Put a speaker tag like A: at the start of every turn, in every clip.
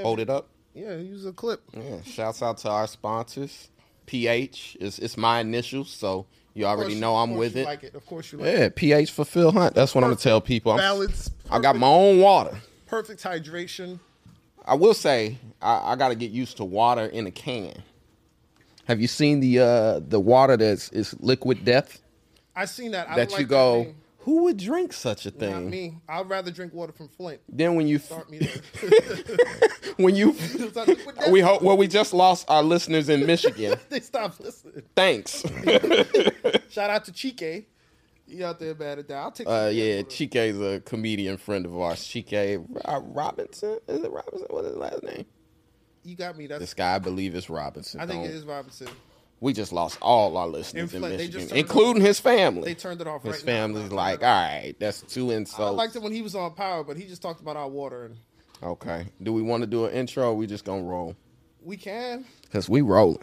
A: Hold it up.
B: Yeah, use a clip.
A: Yeah. Shouts out to our sponsors. PH is it's my initials, so you
B: Of
A: already
B: course
A: know
B: you- of
A: I'm
B: course
A: with
B: you
A: it.
B: Like it. Of course you like it.
A: Yeah, pH for Phil Hunt. That's what I'm gonna tell people. I'm,
B: Balance.
A: I got my own water.
B: Perfect hydration.
A: I will say I, I got to get used to water in a can. Have you seen the uh the water that's is liquid death
B: I seen that. I
A: that
B: don't
A: you
B: like
A: go?
B: thing.
A: Who would drink such a
B: Not
A: thing?
B: me. I'd rather drink water from Flint.
A: Then when you
B: Start me there.
A: when you
B: It's not liquid death.
A: we hope well we just lost our listeners in Michigan.
B: they stop listening.
A: Thanks.
B: Shout out to Chike. You out there bad at that. I'll take
A: Uh,
B: some
A: yeah,
B: water.
A: Chike's a comedian friend of ours. Chike uh, Robinson is it Robinson? What's his last name?
B: You got me.
A: This
B: That's
A: guy, I believe, is Robinson.
B: I think
A: Don't-
B: it is Robinson.
A: We just lost all our listeners
B: In
A: in,
B: Flint, they just
A: Michigan,
B: turned
A: including his family.
B: They turned it off
A: His
B: right now.
A: family's like, all right, that's two
B: I
A: insults.
B: liked it when he was on power, but he just talked about our water and
A: Okay. Do we want to do an intro or we just going to roll?
B: we can.
A: Because we rolling.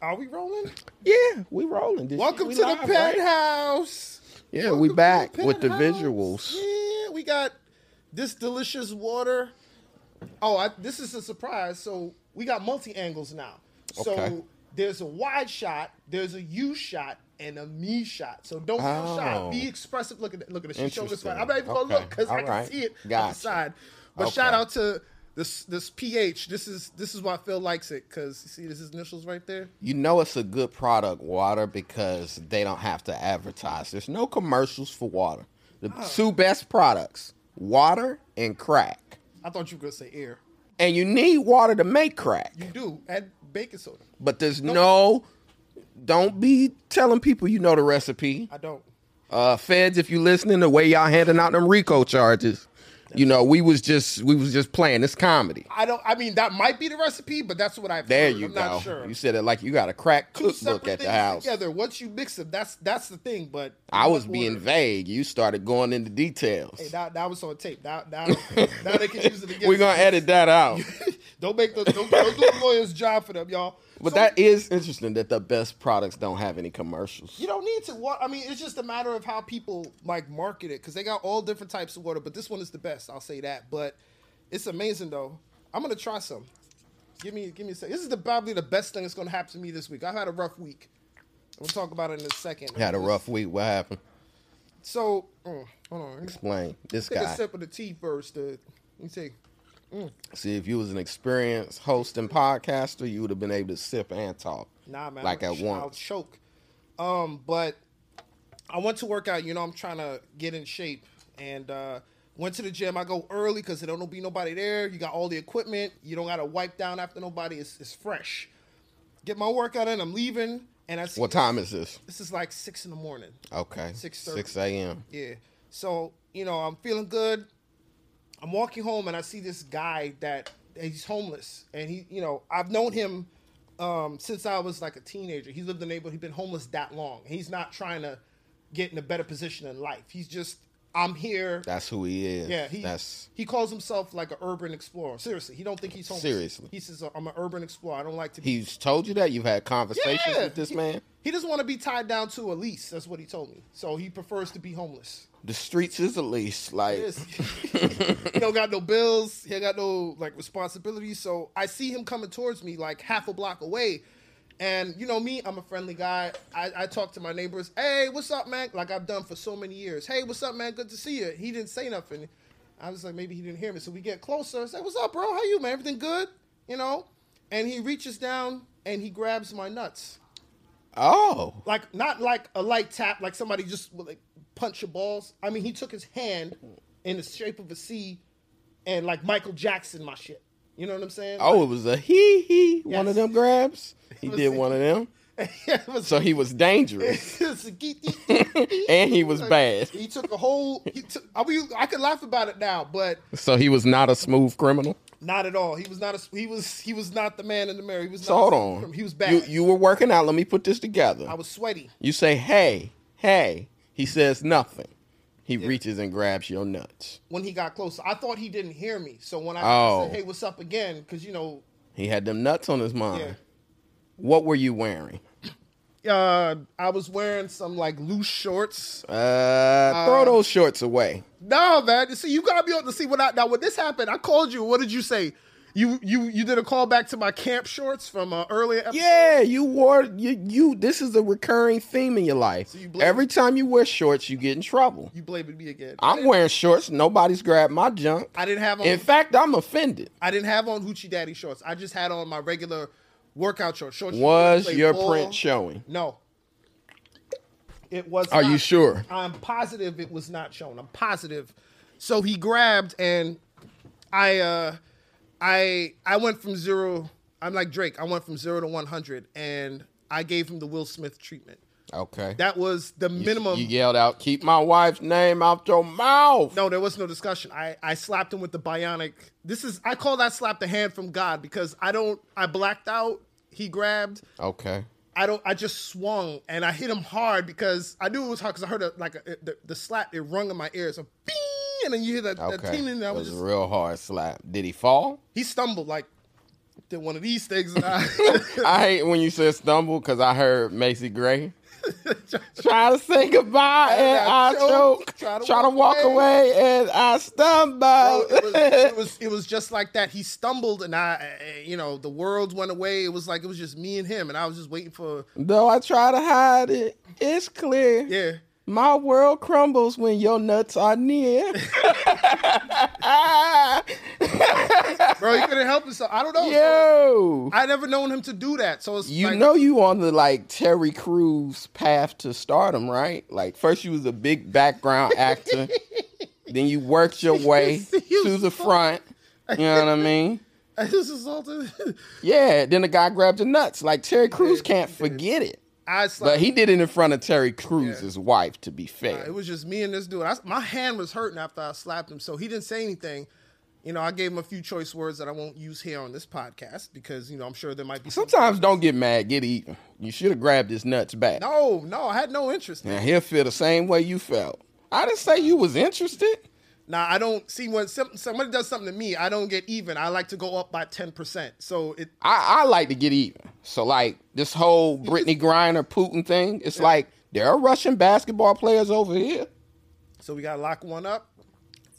B: Are we rolling?
A: Yeah, we rolling. This
B: Welcome
A: shit, we
B: to
A: live,
B: the
A: right?
B: penthouse.
A: Yeah, we
B: Welcome to
A: back
B: the
A: with the
B: penthouse.
A: visuals.
B: Yeah, we got this delicious water. Oh, I, this is a surprise. So we got multi angles now. So
A: Okay.
B: there's a wide shot, there's a U shot, and a me shot. So don't feel shy.
A: Oh.
B: Be expressive. Look at that. Look at this. She's showing this
A: Interesting.
B: right. I'm not even gonna
A: Okay.
B: look because I
A: All
B: can
A: right.
B: see it on the
A: Gotcha.
B: side. But
A: Okay.
B: shout out to this this pH. This is this is why Phil likes it because you see this his initials right there.
A: You know it's a good product, water, because they don't have to advertise. There's no commercials for water. The
B: Oh.
A: two best products, water and crack.
B: I thought you were gonna say air.
A: And you need water to make crack.
B: You do add baking soda.
A: But there's no, don't be telling people you know the recipe.
B: I don't.
A: Uh, feds, if you listening, the way y'all handing out them RICO charges, you know we was just we was just playing. It's comedy.
B: I don't. I mean, that might be the recipe, but that's what I've.
A: There
B: heard.
A: you
B: I'm
A: go.
B: Not sure.
A: You said it like you got a crack
B: Two
A: cookbook
B: separate
A: at the
B: things
A: house.
B: Together, once you mix them, that's that's the thing. But
A: I was
B: Order.
A: being vague. You started going into details.
B: Hey, that, that was on tape. Now, now, now they can use it again.
A: We're gonna edit that out.
B: Don't make the don't, don't do the lawyer's job for them, y'all.
A: But
B: So,
A: that is interesting that the best products don't have any commercials.
B: you don't need to. Wa- I mean, it's just a matter of how people like market it because they got all different types of water. But this one is the best. I'll say that. But it's amazing though. I'm gonna try some. Give me give me a second. This is the, probably the best thing that's gonna happen to me this week. I've had a rough week. We'll talk about it in a second.
A: Had a rough week. What happened?
B: So, mm, hold on. Let me
A: Explain. This
B: Take a
A: guy.
B: sip of the tea first. Uh, let me take.
A: See, if you was an experienced host and podcaster, you would have been able to sip and talk.
B: Nah, man.
A: Like
B: I'll,
A: at
B: ch- I'll
A: once.
B: choke. Um, but I went to work out. You know, I'm trying to get in shape, and uh, went to the gym. I go early because there don't be nobody there. You got all the equipment. You don't got to wipe down after nobody. It's, it's fresh. Get my workout in. I'm leaving, and I see
A: What time is this?
B: this is like six in the morning.
A: Okay.
B: 6:30.
A: 6 a.m.
B: Yeah. So, you know, I'm feeling good. I'm walking home and I see this guy that he's homeless. And he, you know, I've known him um, since I was like a teenager. He lived in the neighborhood. He's been homeless that long. He's not trying to get in a better position in life. He's just, I'm here.
A: That's who he is.
B: yeah, he
A: That's
B: he calls himself like an urban explorer. Seriously, he don't think he's homeless.
A: Seriously.
B: he says I'm an urban explorer. I don't like to be
A: he's told you that you've had conversations
B: Yeah.
A: with this man.
B: He doesn't want to be tied down to a lease. That's what he told me. So he prefers to be homeless.
A: The streets is at least like
B: Yes. he don't got no bills. He ain't got no like responsibilities. So I see him coming towards me like half a block away. And you know me, I'm a friendly guy. I, I talk to my neighbors. Hey, what's up, man? Like I've done for so many years. Hey, what's up, man? Good to see you. He didn't say nothing. I was like, maybe he didn't hear me. So we get closer. I say, what's up, bro? How you, man? Everything good? You know? And he reaches down and he grabs my nuts
A: oh
B: like not like a light tap, like somebody just would, like punch your balls. I mean, he took his hand in the shape of a C, and like Michael Jackson, my shit. You know what I'm saying?
A: oh it was a hee hee one
B: Yes.
A: of them grabs. He
B: was
A: did
B: a-
A: one of them.
B: it was,
A: So he was dangerous
B: it's a geet- geet- geet- geet.
A: and he was bad.
B: He took a whole. He took, I mean, I could laugh about it now, but
A: So he was not a smooth criminal.
B: not at all. He was not a. He was. He was not the man in the mirror. He was.
A: So
B: not
A: hold
B: a-
A: on.
B: He was bad.
A: You you were working out. Let me put this together.
B: I was sweaty.
A: You say hey hey. He says nothing. He reaches and grabs your nuts.
B: When he got close, I thought he didn't hear me. So when I
A: Oh.
B: said, "Hey, what's up again?" Because you know,
A: He had them nuts on his mind.
B: yeah.
A: What were you wearing?
B: uh, I was wearing some like loose shorts.
A: Uh, throw those shorts away.
B: No, man. See, you gotta be able to see what I now. When this happened, I called you. What did you say? You you you did a callback to my camp shorts from uh, earlier. Episode.
A: Yeah, you wore you, you. This is a recurring theme in your life.
B: you blame-
A: Every time you wear shorts, you get in trouble.
B: You blaming me again. I
A: I'm
B: didn't-
A: wearing shorts. Nobody's grabbed my junk.
B: I didn't have on.
A: In fact, I'm offended.
B: I didn't have on hoochie daddy shorts. I just had on my regular workout shorts. shorts you
A: Was
B: play
A: your
B: ball.
A: print showing?
B: No. It was.
A: Are you
B: not.
A: sure?
B: I'm positive it was not shown. I'm positive. So he grabbed and I uh I I went from zero. I'm like Drake. I went from zero to one hundred, and I gave him the Will Smith treatment.
A: Okay.
B: That was the minimum.
A: You yelled out, "Keep my wife's name out your mouth."
B: No, there was no discussion. I, I slapped him with the bionic. This is I call that slap the hand from God because I don't I blacked out. He grabbed.
A: Okay.
B: I don't. I just swung and I hit him hard because I knew it was hard because I heard a, like a, the, the slap. It rung in my ears. A bing, and then you hear that, that
A: Okay.
B: ting, and I
A: That
B: was
A: was a
B: just
A: real hard slap. Did he fall?
B: he stumbled like did one of these things. And I,
A: I hate when you said stumble because I heard Macy Gray. try to say goodbye and, I, choke. Try to, walk, away. and I stumble.
B: Bro, it, was, it was it was just like that. He stumbled and I, I- you know, the world went away. It was like it was just me and him, and I was just waiting for
A: Though I try to hide it, it's clear.
B: yeah.
A: My world crumbles when your nuts are near.
B: Bro, he couldn't help himself. I don't know.
A: Yo.
B: I never known him to do that. So it's
A: You
B: like,
A: know you on the like Terry Crews path to stardom, right? Like first you was a big background actor, then you worked your way
B: You
A: to the front. You know what I mean?
B: this is all. the-
A: Yeah. Then the guy grabbed the nuts. Like Terry Crews can't forget it,
B: I slapped.
A: but he did it in front of Terry Crews' wife. To be fair,
B: It was just me and this dude. I, my hand was hurting after I slapped him, so he didn't say anything. You know, I gave him a few choice words that I won't use here on this podcast because you know I'm sure there might be some.
A: sometimes don't get mad, get eaten. You should have grabbed his nuts back.
B: No, no, I had no interest.
A: Now he'll feel the same way you felt. I didn't say you was interested.
B: Now I don't see when some, somebody does something to me, I don't get even. I like to go up by ten percent. So it
A: I, I like to get even. So like this whole Brittany Griner Putin thing, it's like there are Russian basketball players over here.
B: so we gotta lock one up.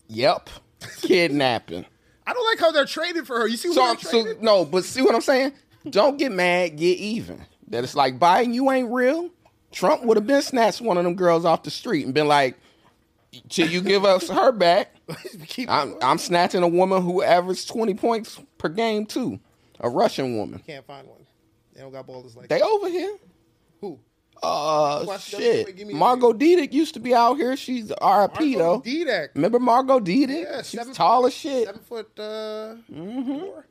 A: Yep, kidnapping.
B: I don't like how they're trading for her. You see, who
A: so,
B: they're
A: I'm- so
B: trading?
A: no, but see what I'm saying? Don't get mad, get even. That it's like Biden, you ain't real. Trump would have been snatched one of them girls off the street and been like, "Till you give us her back,
B: We keep-
A: I'm I'm snatching a woman who averaged 20 points per game too, a Russian woman.
B: can't find one. They don't got ballers like
A: They over here."
B: who?
A: Uh,
B: Watch WWE, give
A: shit.
B: me a
A: Margot Diedick used to be out here. She's RIP though.
B: D-Dak.
A: Remember Margot Diedick?
B: Yeah,
A: She's
B: seven
A: tall
B: foot-
A: as shit.
B: Seven foot. Uh,
A: Mm-hmm.
B: four.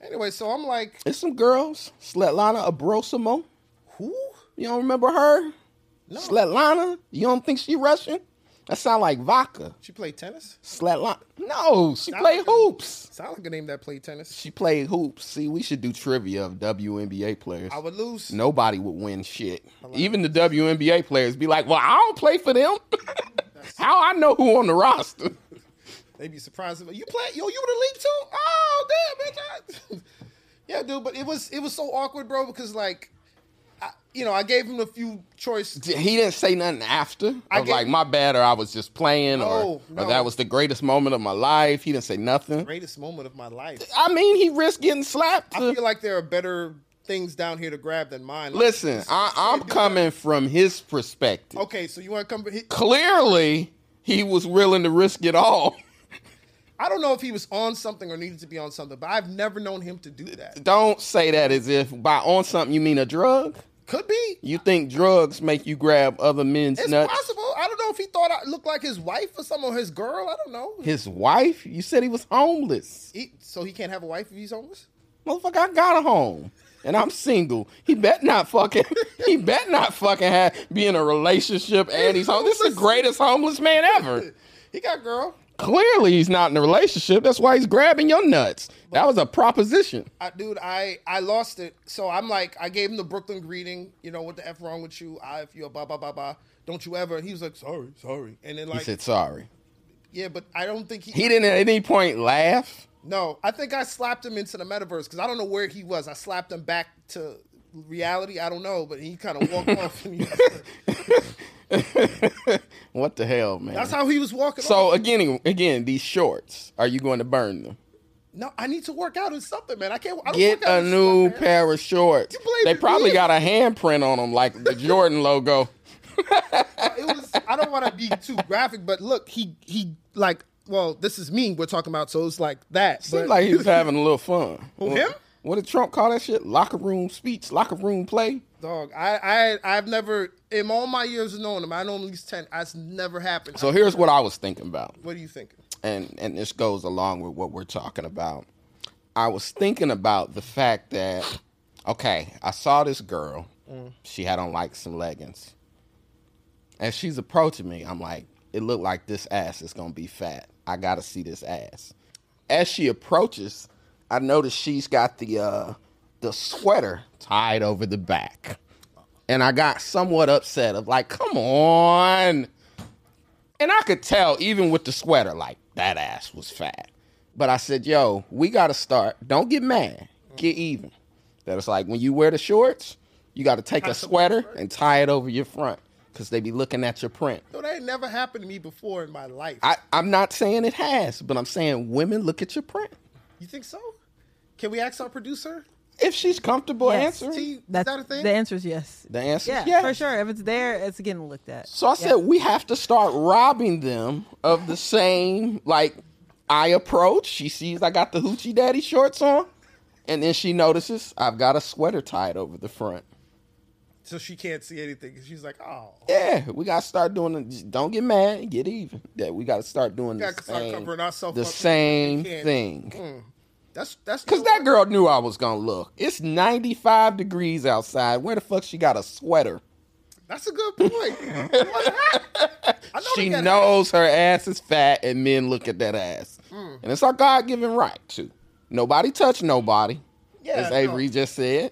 B: Anyway, so I'm like,
A: There's some girls. Sletlana Abrosimo.
B: who?
A: You don't remember her?
B: No.
A: Sletlana. You don't think she Russian? That sound like vodka.
B: She played tennis.
A: Sletlana. No, she
B: Sound
A: played
B: like a-
A: hoops.
B: Sound like a name that played tennis.
A: She played hoops. See, we should do trivia of WNBA players.
B: I would lose.
A: Nobody would win shit. Even the WNBA players be like, "Well, I don't play for them. How I know who on the roster?"
B: They'd be surprised if you play. Yo, you in the league too? Oh damn, bitch! I- yeah, dude. But it was it was so awkward, bro, because like, I, you know, I gave him a few choice.
A: he didn't say nothing after. I was
B: get-
A: like, my bad, or I was just playing,
B: No,
A: or,
B: no.
A: or that was the greatest moment of my life. He didn't say nothing.
B: Greatest moment of my life.
A: I mean, he risked getting slapped.
B: I feel like there are better things down here to grab than mine. Like,
A: Uh. Listen, I, I'm coming from his perspective.
B: okay, so you want to come? He,
A: Clearly, he was willing to risk it all.
B: I don't know if he was on something or needed to be on something, but I've never known him to do that.
A: Don't say that as if by on something you mean a drug.
B: Could be.
A: You think drugs make you grab other men's
B: It's
A: nuts?
B: possible. I don't know if he thought I looked like his wife or some or his girl. I don't know.
A: His wife? You said he was homeless.
B: He, so he can't have a wife if he's homeless.
A: Motherfucker, I got a home. And I'm single. He bet not fucking. He bet not fucking have, be in a relationship. And he's homeless. This is the greatest homeless man ever.
B: He got girl.
A: Clearly, he's not in a relationship. That's why he's grabbing your nuts. That was a proposition.
B: I, dude, I I lost it. So I'm like, I gave him the Brooklyn greeting. You know what the f wrong with you? I if you blah blah blah blah. Don't you ever? And he was like, sorry, sorry. And then
A: He
B: like,
A: said sorry.
B: yeah, but I don't think he.
A: He didn't at any point laugh.
B: no, I think I slapped him into the metaverse because I don't know where he was. I slapped him back to reality. I don't know, but he kind of walked off. And he,
A: What the hell, man?
B: that's how he was walking. off.
A: so again, again, these shorts. Are you going to burn them?
B: No, I need to work out or something, man. I can't. I don't
A: Get
B: work out
A: a
B: in
A: new
B: sweat, man.
A: pair of shorts.
B: You blame
A: They
B: me.
A: probably got a handprint on them, like the Jordan logo.
B: it was I don't want to be too graphic, but look, he he like well, this is me we're talking about, so it's like that.
A: Seemed
B: but-
A: like he was having a little fun.
B: Who,
A: What-
B: him?
A: What did Trump call that shit? Locker room speech, locker room play.
B: dog, I I I've never in all my years of knowing him, I know him at least ten. That's never happened.
A: So here's what I was thinking about,
B: what do you think?
A: and and this goes along with what we're talking about. I was thinking about the fact that okay, I saw this girl. She had on like some leggings, and she's approaching me. I'm like, it looked like this ass is gonna be fat. I gotta see this ass. As she approaches, I notice she's got the uh, the sweater tied over the back, and I got somewhat upset of like, come on. And I could tell even with the sweater, like that ass was fat. But I said, yo, we gotta start. Don't get mad. Get even. That it's like when you wear the shorts, you gotta take a sweater and tie it over your front. Cause they be looking at your print.
B: No, that ain't never happened to me before in my life.
A: I, I'm not saying it has, but I'm saying women look at your print.
B: you think so? Can we ask our producer?
A: If she's comfortable
C: Yes.
A: answering,
B: T,
C: That's
B: is that a thing?
C: The answer is yes.
A: the answer
C: Yeah,
A: is yes.
C: for sure. If it's there, it's getting looked at.
A: So I said we have to start robbing them of the same like I approach. She sees I got the hoochie daddy shorts on, and then she notices I've got a sweater tied over the front.
B: so she can't see anything. 'cause She's like, oh,
A: Yeah, we gotta start doing. it. Just Don't get mad, get even. That we gotta start doing the
B: gotta start
A: same,
B: covering ourselves
A: the
B: up.
A: same
B: We can't.
A: thing.
B: that's that's
A: Cause that girl knew I was gonna look. It's ninety five degrees outside. Where the fuck she got a sweater?
B: That's a good point. I know they
A: she
B: got-
A: knows her ass is fat and men look at that ass.
B: Mm.
A: And it's our God given right to. Nobody touch nobody.
B: Yeah,
A: as
B: no.
A: Avery just said.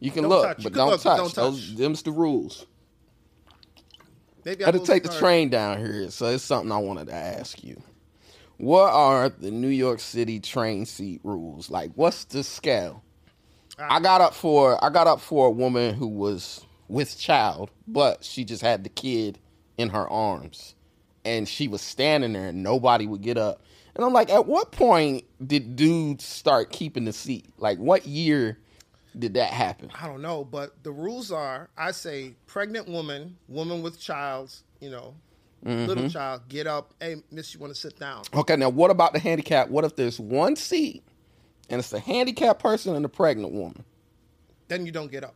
A: You can
B: Don't
A: look,
B: touch. You
A: but
B: can
A: don't,
B: look, but
A: touch.
B: don't
A: Those
B: touch.
A: them's the rules.
B: Maybe
A: I had
B: will
A: to take the
B: start-
A: train down here, so it's something I wanted to ask you. What are the New York City train seat rules? Like what's the scale? I got up for I got up for a woman who was with child, but she just had the kid in her arms. And she was standing there and nobody would get up. And I'm like, at what point did dudes start keeping the seat? Like what year did that happen?
B: I don't know, but the rules are I say pregnant woman, woman with child, you know, little child, get up. Hey, miss, you want to sit down?
A: Okay, now what about the handicap? What if there's one seat and it's a handicapped person and a pregnant woman?
B: Then you don't get up.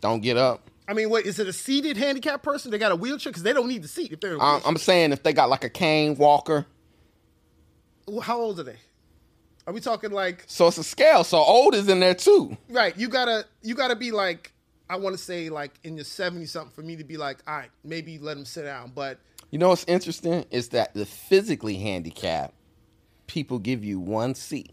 A: Don't get up.
B: I mean, wait, is it a seated handicapped person? They got a wheelchair because they don't need the seat if they're in a
A: I'm,
B: wheelchair.
A: I'm saying if they got like a cane walker.
B: Well, How old are they? Are we talking like
A: So it's a scale. So old is in there too.
B: right? You gotta you gotta be like I want to say like in your seventy something for me to be like all right, maybe let them sit down, but.
A: You know what's interesting is that the physically handicapped people give you one seat,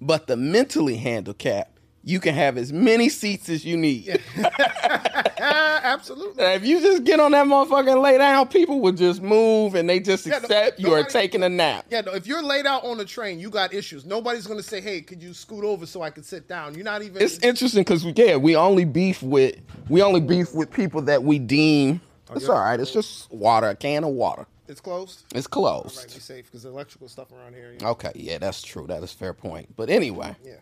A: but the mentally handicapped you can have as many seats as you need.
B: Ah, absolutely.
A: And if you just get on that motherfucker and lay down, people will just move and they just
B: no-
A: accept you are
B: nobody-
A: taking a nap.
B: Yeah, no, if you're laid out on the train, you got issues. Nobody's gonna say, "Hey, could you scoot over so I can sit down?" You're not even.
A: It's interesting because we yeah we only beef with we only beef with people that we deem. It's
B: Oh, yeah.
A: all right. It's just water, a can of water.
B: it's closed.
A: It's
B: Right, be
A: closed.
B: safe because electrical stuff around here. You know?
A: Okay, yeah, that's true. That is fair point. But anyway,
B: Yeah.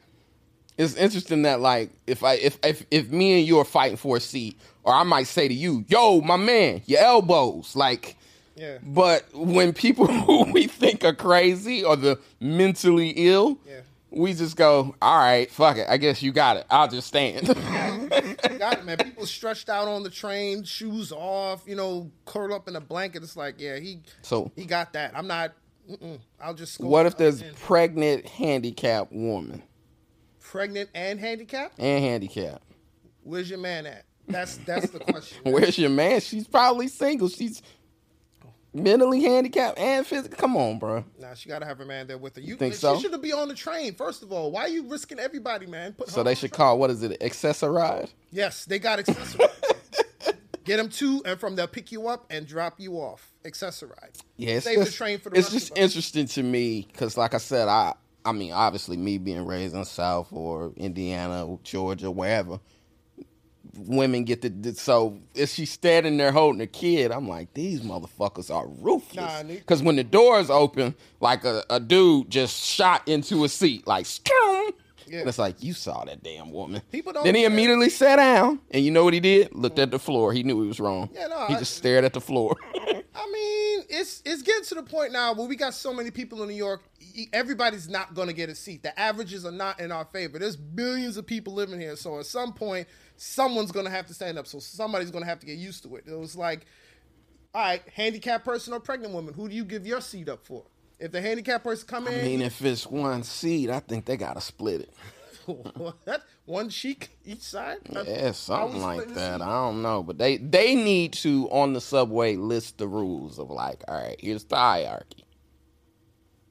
A: it's interesting that like if I if if if me and you are fighting for a seat, or I might say to you, "Yo, my man, your elbows," like.
B: Yeah.
A: But when people who we think are crazy or the mentally ill,
B: Yeah.
A: we just go, "All right, fuck it. I guess you got it. I'll just stand."
B: Got it, man. People stretched out on the train, shoes off, you know, curled up in a blanket. It's like, yeah, he.
A: So-
B: he got that. I'm not. Mm-mm, I'll just. Scoot
A: What if
B: up
A: there's
B: and-
A: pregnant, handicapped woman
B: pregnant and handicapped?
A: and handicapped?
B: Where's your man at? That's that's the question.
A: Where's your man? She's probably single. She's mentally handicapped and physically. Come on, bro.
B: Nah, she gotta have a man there with her. You
A: Think
B: she
A: so?
B: should be on the train. First of all, why are you risking everybody, man? Put her
A: So they
B: on
A: should call what is it? Accessoride.
B: Yes, they got accessorized. Get them to and from there, pick you up and drop you off. Accessorized.
A: Yeah, it's
B: Save the
A: just,
B: train for the
A: it's
B: rest
A: just
B: of us.
A: interesting to me because, like I said, I I mean, obviously, me being raised in South or Indiana, Georgia, wherever, women get the so if she's standing there holding a kid, I'm like, these motherfuckers are
B: Nah,
A: ruthless.
B: nigga.
A: Because when the doors open, like a, a dude just shot into a seat, like "Scoom."
B: Yeah.
A: And it's like you saw that damn woman.
B: People don't
A: then he
B: care. Mm.
A: immediately sat down, and you know what he did? Looked at the floor. He knew he was wrong.
B: Yeah, no,
A: he
B: I-
A: just stared at the floor.
B: I mean, it's it's getting to the point now where we got so many people in New York. e- Everybody's not going to get a seat. The averages are not in our favor. There's billions of people living here, so at some point, someone's going to have to stand up. So somebody's going to have to get used to it. It was like, all right, handicapped person or pregnant woman, who do you give your seat up for? If the handicapped person come in,
A: I mean, if it's one seat, I think they gotta split it.
B: what? One cheek each side?
A: Yeah,
B: I
A: something
B: was
A: like
B: splitting
A: that.
B: seats.
A: I don't know, but they they need to on the subway list the rules of like, all right, here's the hierarchy.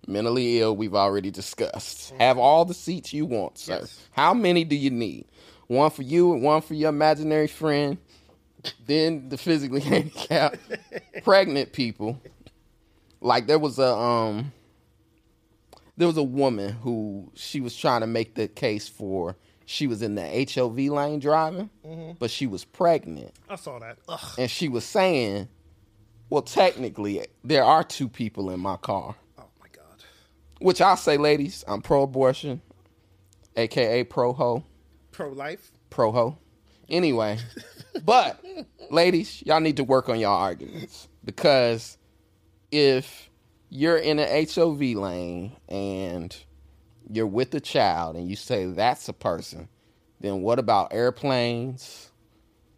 A: Mentally ill, we've already discussed. Have all the seats you want, sir.
B: Yes.
A: How many do you need? One for you and one for your imaginary friend. Then the physically handicapped, pregnant people. Like there was a um there was a woman who she was trying to make the case for she was in the HOV lane driving, but she was pregnant.
B: I saw that. Ugh.
A: And she was saying, Well, technically, there are two people in my car.
B: Oh my god.
A: Which I'll say, ladies, I'm pro abortion, aka pro ho,
B: Pro life.
A: pro ho. Anyway, but ladies, y'all need to work on y'all arguments because if you're in an HOV lane and you're with a child and you say that's a person, then what about airplanes?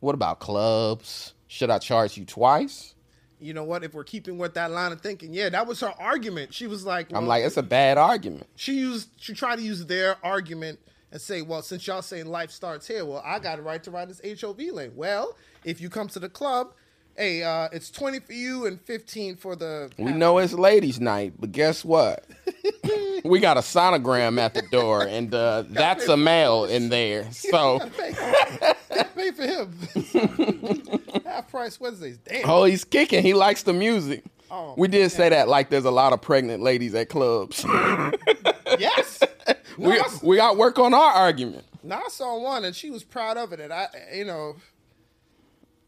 A: What about clubs? Should I charge you twice?
B: you know what? If we're keeping with that line of thinking, yeah, that was her argument. She was like,
A: I'm
B: well-
A: like, it's a bad argument.
B: she used, she tried to use their argument and say, well, since y'all saying life starts here, well, I got a right to ride this HOV lane. Well, if you come to the club, hey, uh, it's twenty for you and fifteen for the.
A: We know it's ladies' night, but guess what? we got a sonogram at the door, and uh, that's a male in there. So
B: Pay, pay for him. Half price Wednesdays. Damn.
A: Oh, he's kicking. He likes the music.
B: Oh,
A: we did say that like there's a lot of pregnant ladies at clubs.
B: Yes. No,
A: we
B: I s-
A: we got work on our argument.
B: no, I saw one and she was proud of it, and I, you know,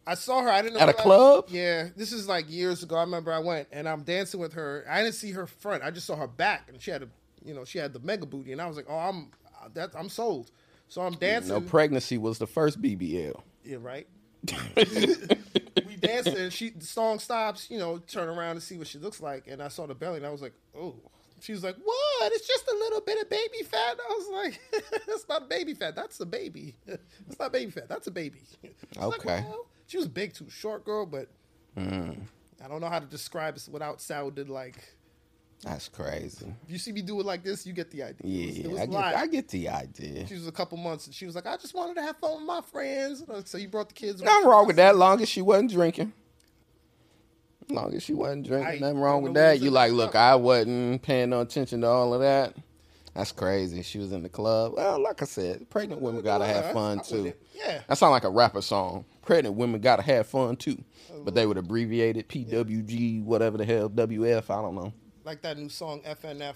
B: I saw her. I didn't know
A: At a
B: realize-
A: club?
B: Yeah, this is like years ago. I remember I went and I'm dancing with her. I didn't see her front. I just saw her back, and she had a, you know, she had the mega booty, and I was like, oh, I'm, that, I'm sold. So I'm dancing.
A: No, pregnancy was the first BBL.
B: yeah, right. we dancing. And she the song stops. You know, turn around and see what she looks like, and I saw the belly, and I was like, oh. She was like, "What? It's just a little bit of baby fat." I was like, "That's not baby fat. That's a baby. That's not baby fat. That's a baby." I was like,
A: Okay. Mm.
B: "Well." she was big too, short girl, but I don't know how to describe it without sounding like.
A: That's crazy.
B: If you see me do it like this, you get the idea.
A: Yeah,
B: it was, it was
A: I, get,
B: live.
A: I get the idea.
B: She was a couple months, and she was like, "I just wanted to have fun with my friends." And I was like, so you brought the kids.
A: Nothing wrong with that. Long as she wasn't drinking. Long as she wasn't drinking,
B: I
A: nothing wrong
B: don't
A: with
B: know what
A: that.
B: was
A: You
B: in
A: like,
B: the
A: look,
B: club.
A: I wasn't paying no attention to all of that. That's crazy. She was in the club. Well, like I said, pregnant women gotta have
B: I-
A: fun
B: I
A: too.
B: wouldn't- yeah.
A: That sound like a rapper song. Pregnant women gotta have fun too.
B: Oh,
A: But they would abbreviate it PWG, whatever the hell, WF, I don't know.
B: like that new song FNF.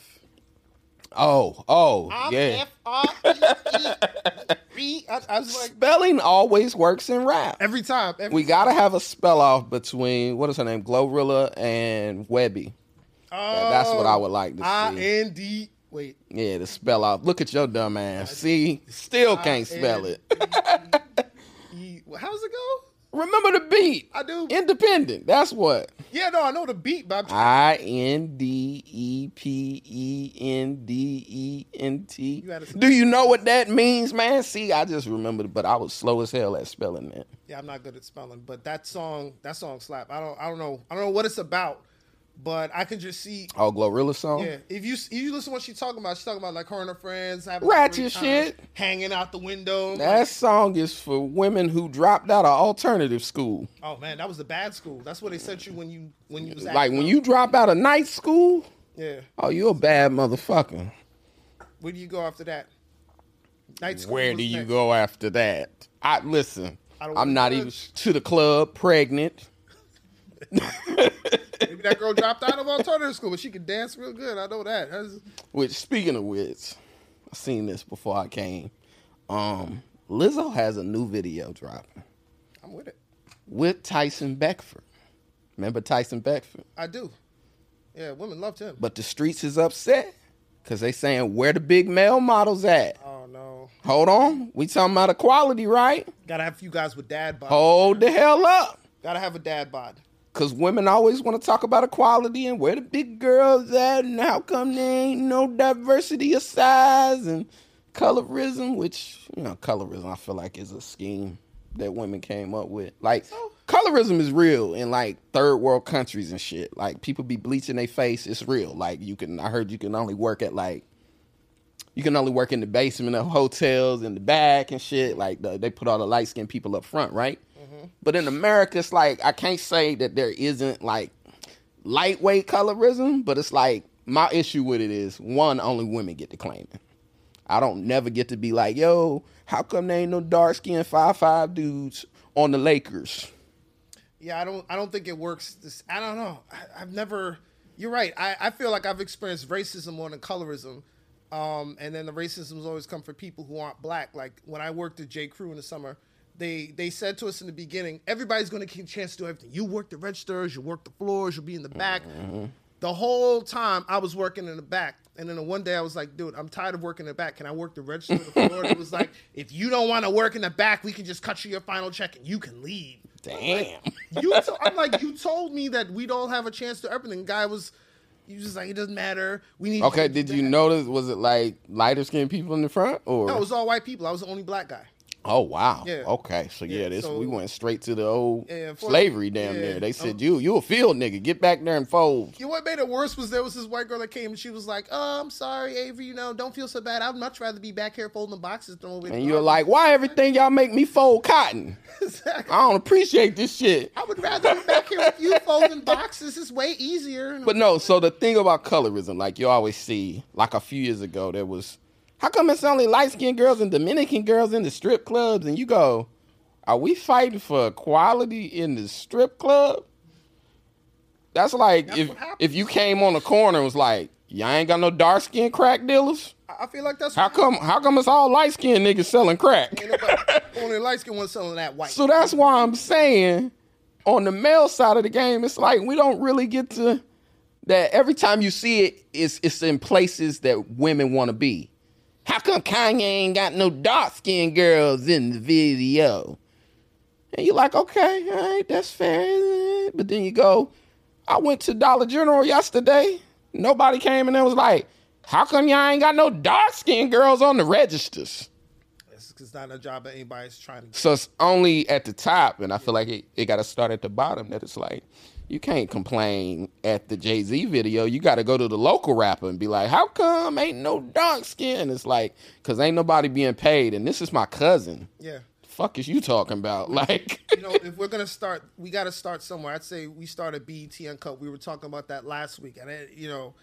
A: Oh, oh,
B: I'm
A: yeah.
B: F-R-E-E-E. I- I was like
A: Spelling always works in rap.
B: every time. Every
A: we gotta have a spell off between what is her name, Glorilla and Webby. Yeah, that's what I would like to
B: Oh, I
A: see.
B: N D. Wait,
A: Yeah, the spell off. Look at your dumb ass. See, still can't spell it.
B: E. How's it go?
A: Remember the beat.
B: I do.
A: Independent. That's what.
B: Yeah, no, I know the beat, but I'm trying-
A: I N D E P E N D E N T.
B: You gotta say-
A: Do you know what that means, man? See, I just remembered, but I was slow as hell at spelling that.
B: yeah, I'm not good at spelling. But that song, that song slap. I don't, I don't know, I don't know what it's about, but I can just see.
A: Oh, Glorilla song.
B: Yeah, if you if you listen to what she's talking about, she's talking about like her and her friends having a
A: Ratchet
B: great time,
A: shit.
B: hanging out the window.
A: That song is for women who dropped out of alternative school.
B: oh man, that was the bad school. That's what they sent you when you when you was
A: Like
B: acting
A: when
B: up.
A: you drop out of night school,
B: yeah.
A: oh, you a bad motherfucker.
B: Where do you go after that? Night school.
A: Where
B: was
A: do you
B: next.
A: go after that? I listen.
B: I
A: I'm
B: don't wanna
A: not
B: judge.
A: even to the club pregnant.
B: Maybe that girl dropped out of alternative school, but she could dance real good. I know that. That's-
A: Which speaking of which, I seen this before I came. Um, Lizzo has a new video dropping
B: I'm with it.
A: with Tyson Beckford. Remember Tyson Beckford?
B: I do. Yeah, women loved him.
A: But the streets is upset because they saying where the big male models at.
B: oh no,
A: Hold on, we talking about equality, right?
B: gotta have a few guys with dad bod.
A: Hold the hell up,
B: Gotta have a dad bod.
A: because women always want to talk about equality and where the big girls at and how come there ain't no diversity of size and colorism, which you know, colorism I feel like is a scheme that women came up with. Like colorism is real in like third world countries and shit. Like people be bleaching their face, it's real. Like you can I heard you can only work at like you can only work in the basement of hotels in the back and shit. Like the, they put all the light skinned people up front, right? But in America, it's like I can't say that there isn't like lightweight colorism, but it's like my issue with it is one, only women get to claim it. I don't never get to be like, yo, how come there ain't no dark skinned five five dudes on the Lakers?
B: Yeah, I don't. I don't think it works. This. I don't know. I, I've never. You're right. I, I feel like I've experienced racism more than colorism. Um, and then the racism's always come for people who aren't black. Like when I worked at J. Crew in the summer, they they said to us in the beginning, everybody's going to get a chance to do everything. You work the registers, you work the floors, you'll be in the back. The whole time I was working in the back, and then one day I was like, "Dude, I'm tired of working in the back. Can I work the register?" or The floor? and it was like, "If you don't want to work in the back, we can just cut you your final check and you can leave."
A: Damn.
B: You, to- I'm like, you told me that we'd all have a chance to everything. Guy was, you just like, it doesn't matter. We need.
A: Okay, did you notice was it like lighter skinned people in the front or
B: No, it was all white people. I was the only black guy.
A: Oh wow.
B: Yeah.
A: Okay. So yeah,
B: Yeah,
A: this
B: so-
A: we went straight to the old
B: Yeah, for-
A: slavery damn
B: yeah,
A: near. They said
B: um,
A: you you a field nigga. Get back there and fold.
B: You know what made it worse was there was this white girl that came and she was like, "Oh, I'm sorry, Avery. You know, don't feel so bad. I'd much rather be back here folding boxes, throwing away." the
A: And you're
B: garbage."
A: like, why everything y'all make me fold cotton?
B: Exactly.
A: I don't appreciate this shit.
B: I would rather be back here with you folding boxes. It's way easier. And
A: But no, so the thing about colorism, like you always see, like a few years ago, there was, how come it's only light skinned girls and Dominican girls in the strip clubs? And you go, are we fighting for equality in the strip club? That's like
B: That's
A: if
B: what happens.
A: if you came on the corner and was like, y'all ain't got no dark skinned crack dealers.
B: I I feel like that's
A: How come? How come it's all light skinned niggas selling crack?
B: Ain't nobody- only light skin one selling that white.
A: So that's why I'm saying on the male side of the game, it's like we don't really get to that every time you see it, it's it's in places that women want to be. How come Kanye ain't got no dark skinned girls in the video? And you're like, okay, all right, that's fair. But then you go, I went to Dollar General yesterday. Nobody came and they was like, how come y'all ain't got no dark skinned girls on the registers?
B: It's, it's not a job that anybody's trying to. get.
A: So it's only at the top, and I feel like it, it got to start at the bottom. That it's like you can't complain at the Jay Z video. You got to go to the local rapper and be like, "How come ain't no dark skin?" It's like because ain't nobody being paid, and this is my cousin.
B: Yeah.
A: fuck is you talking about? Like,
B: you know, if we're gonna start, we got to start somewhere. I'd say we started BET Uncut. We were talking about that last week, and it, you know,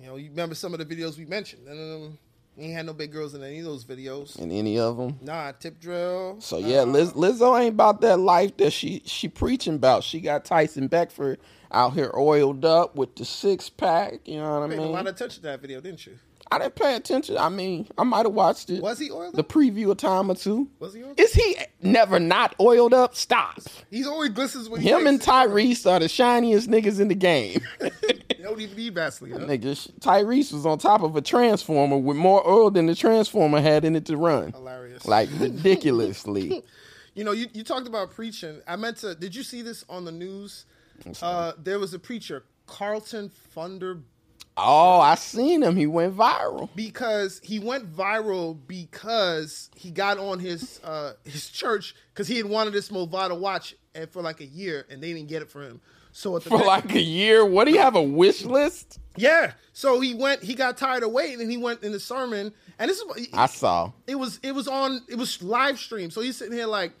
B: you know, you remember some of the videos we mentioned, and um, we ain't had no big girls in any of those videos.
A: in any of them.
B: Nah, tip drill.
A: So yeah, Liz,
B: Uh-huh.
A: Lizzo ain't about that life that she she preaching about. She got Tyson Beckford out here oiled up with the six pack. You know what I
B: paid
A: mean?
B: a lot of attention to that video, didn't you?
A: I didn't pay attention. I mean, I might have watched it.
B: Was he oiled
A: The
B: up?
A: preview a time or two.
B: Was he oiled
A: Is he never not oiled up? Stop.
B: He's always glistens when he
A: Him and
B: thinks.
A: Tyrese are the shiniest niggas in the game.
B: They don't even need Vaseline. huh?
A: Niggas, Tyrese was on top of a transformer with more oil than the transformer had in it to run.
B: Hilarious.
A: Like ridiculously.
B: You know, you, you talked about preaching. I meant to. Did you see this on the news? Uh, there was a preacher, Carlton Funder
A: oh, I seen him. He went viral.
B: because he went viral because he got on his uh his church because he had wanted this Movado watch and for like a year and they didn't get it for him. So at the
A: For like a year. What do you have a wish list?
B: yeah, so he went. He got tired of waiting and he went in the sermon. And this is what-
A: I saw.
B: it was it was on it was live stream. So he's sitting here like,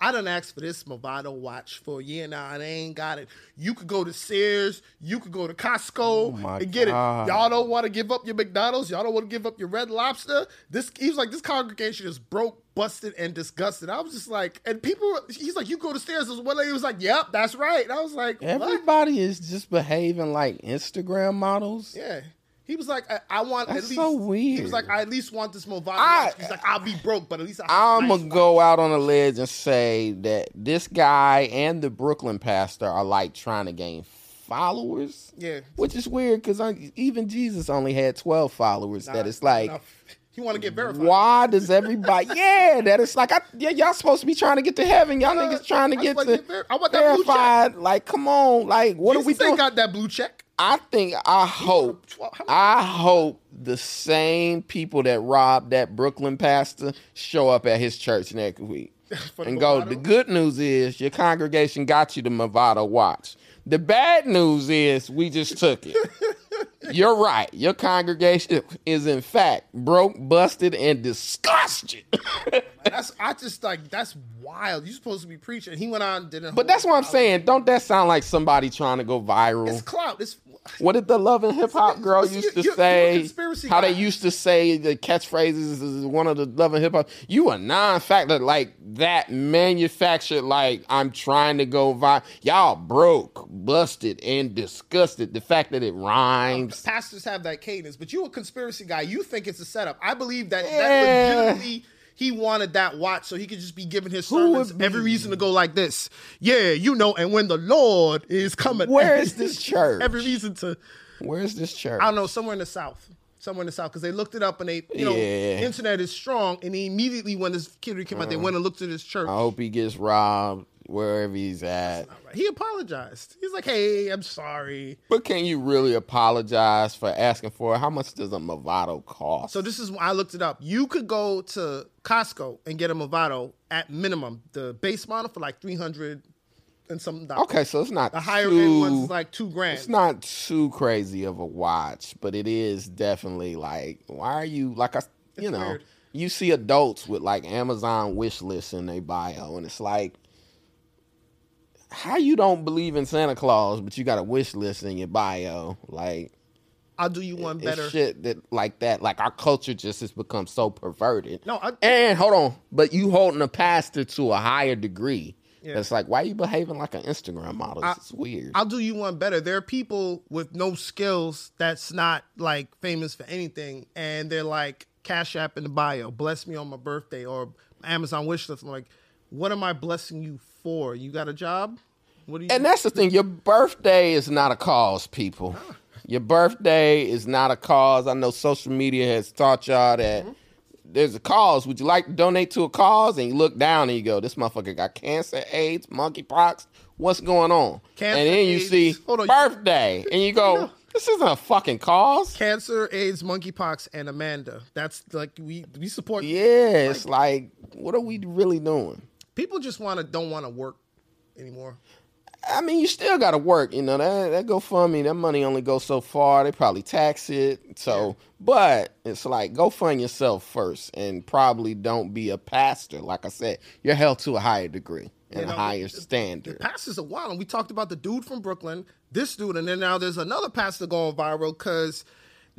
B: I done asked for this Movado watch for a year now and I ain't got it. You could go to Sears, you could go to Costco
A: Oh my
B: and get
A: God.
B: it. Y'all don't want to give up your McDonald's, y'all don't want to give up your red lobster. This he was like, this congregation is broke, busted, and disgusted. I was just like, and people were- he's like, you go to Sears. This one lady was like, Yep, that's right. And I was like, what?
A: Everybody is just behaving like Instagram models.
B: Yeah. He was like, I, I want at
A: That's
B: least.
A: so
B: He was
A: weird.
B: like, I at least want this Movado.
A: I-
B: He's like, I'll be broke, but at least I have
A: I'm
B: a
A: gonna
B: nice
A: go out on a ledge and say that this guy and the Brooklyn pastor are like trying to gain followers.
B: Yeah.
A: which is weird because even Jesus only had twelve followers.
B: life.
A: that it's like,
B: Nah, he want to get verified.
A: why does everybody? yeah, that it's like, I, yeah, y'all supposed to be trying to get to heaven. Y'all
B: Nah,
A: niggas trying to
B: I
A: get
B: wanna
A: to
B: get ver- I want that blue check.
A: verified. Like, come on, like, what are
B: Jesus
A: we doing?
B: ain't got that blue check.
A: I think I hope
B: Twelve- how many-
A: I hope the same people that robbed that Brooklyn pastor show up at his church next week
B: For the
A: and go.
B: Movado?
A: The good news is your congregation got you the Movado watch. The bad news is we just took it. You're right. Your congregation is in fact broke, busted, and disgusted.
B: That's I just like that's wild. You supposed to be preaching. He went on and did a
A: but that's
B: whole-
A: what I'm saying. Don't that sound like somebody trying to go viral?
B: It's clout. It's
A: What did the love and hip hop girl
B: See,
A: used to
B: you- you're a
A: say?
B: conspiracy
A: how
B: guy.
A: they used to say the catchphrases is one of the love and hip hop. You a non-factor like that manufactured. Like I'm trying to go viral. Y'all broke, busted, and disgusted. The fact that it rhymes.
B: pastors have that cadence, but you a conspiracy guy. You think it's a setup. I believe that that
A: Yeah.
B: legitimately he wanted that watch so he could just be giving his
A: Who would
B: sermons every
A: be-
B: reason to go like this. Yeah, you know. And when the Lord is coming,
A: Where is this church?
B: Every reason to
A: Where's this church?
B: I don't know somewhere in the south. Somewhere in the south, because they looked it up and they, you know,
A: Yeah. Uh-huh.
B: internet is strong. And they immediately, when this kid came out, they went and looked at his church.
A: I hope he gets robbed wherever he's at.
B: Right. He apologized. He's like, "Hey, I'm sorry."
A: But can you really apologize for asking for it? How much does a Movado cost?
B: So this is I looked it up. You could go to Costco and get a Movado at minimum, the base model for like three hundred and something dollars.
A: okay, so it's not
B: The higher
A: too-
B: end ones is like two grand.
A: It's not too crazy of a watch, but it is definitely like, why are you like I, you know,
B: weird.
A: you see adults with like Amazon wish lists in their bio, and it's like, how you don't believe in Santa Claus, but you got a wish list in your bio, like
B: I'll do you one better.
A: it's shit that like that. Like our culture just has become so perverted.
B: No, I-
A: and hold on, but you holding a pastor to a higher degree.
B: Yeah.
A: That's like why you behaving like an Instagram model. It's weird.
B: I'll do you one better. There are people with no skills that's not like famous for anything, and they're like Cash App in the bio, bless me on my birthday, or Amazon wish list. I'm like, what am I blessing you for? You got a job? What do you?
A: And that's the thing. Your birthday is not a cause, people. Your birthday is not a cause. I know social media has taught y'all
B: Mm-hmm.
A: that there's a cause. Would you like to donate to a cause? And you look down and you go, this motherfucker got cancer, AIDS, monkeypox. What's going on?
B: Cancer,
A: and then you
B: AIDS.
A: see
B: Hold on.
A: birthday and you go, this isn't a fucking cause.
B: cancer, AIDS, monkeypox, and Amanda. That's like we we support.
A: Yeah, it's like, what are we really doing?
B: People just want to don't want to work anymore.
A: I mean, you still got to work. You know that that GoFundMe, that money only goes so far. They probably tax it. So, but it's like go fund yourself first, and probably don't be a pastor. Like I said, you're held to a higher degree and
B: You know,
A: a higher
B: The
A: standard.
B: pastor's a wild, and we talked about the dude from Brooklyn, this dude, and then now there's another pastor going viral because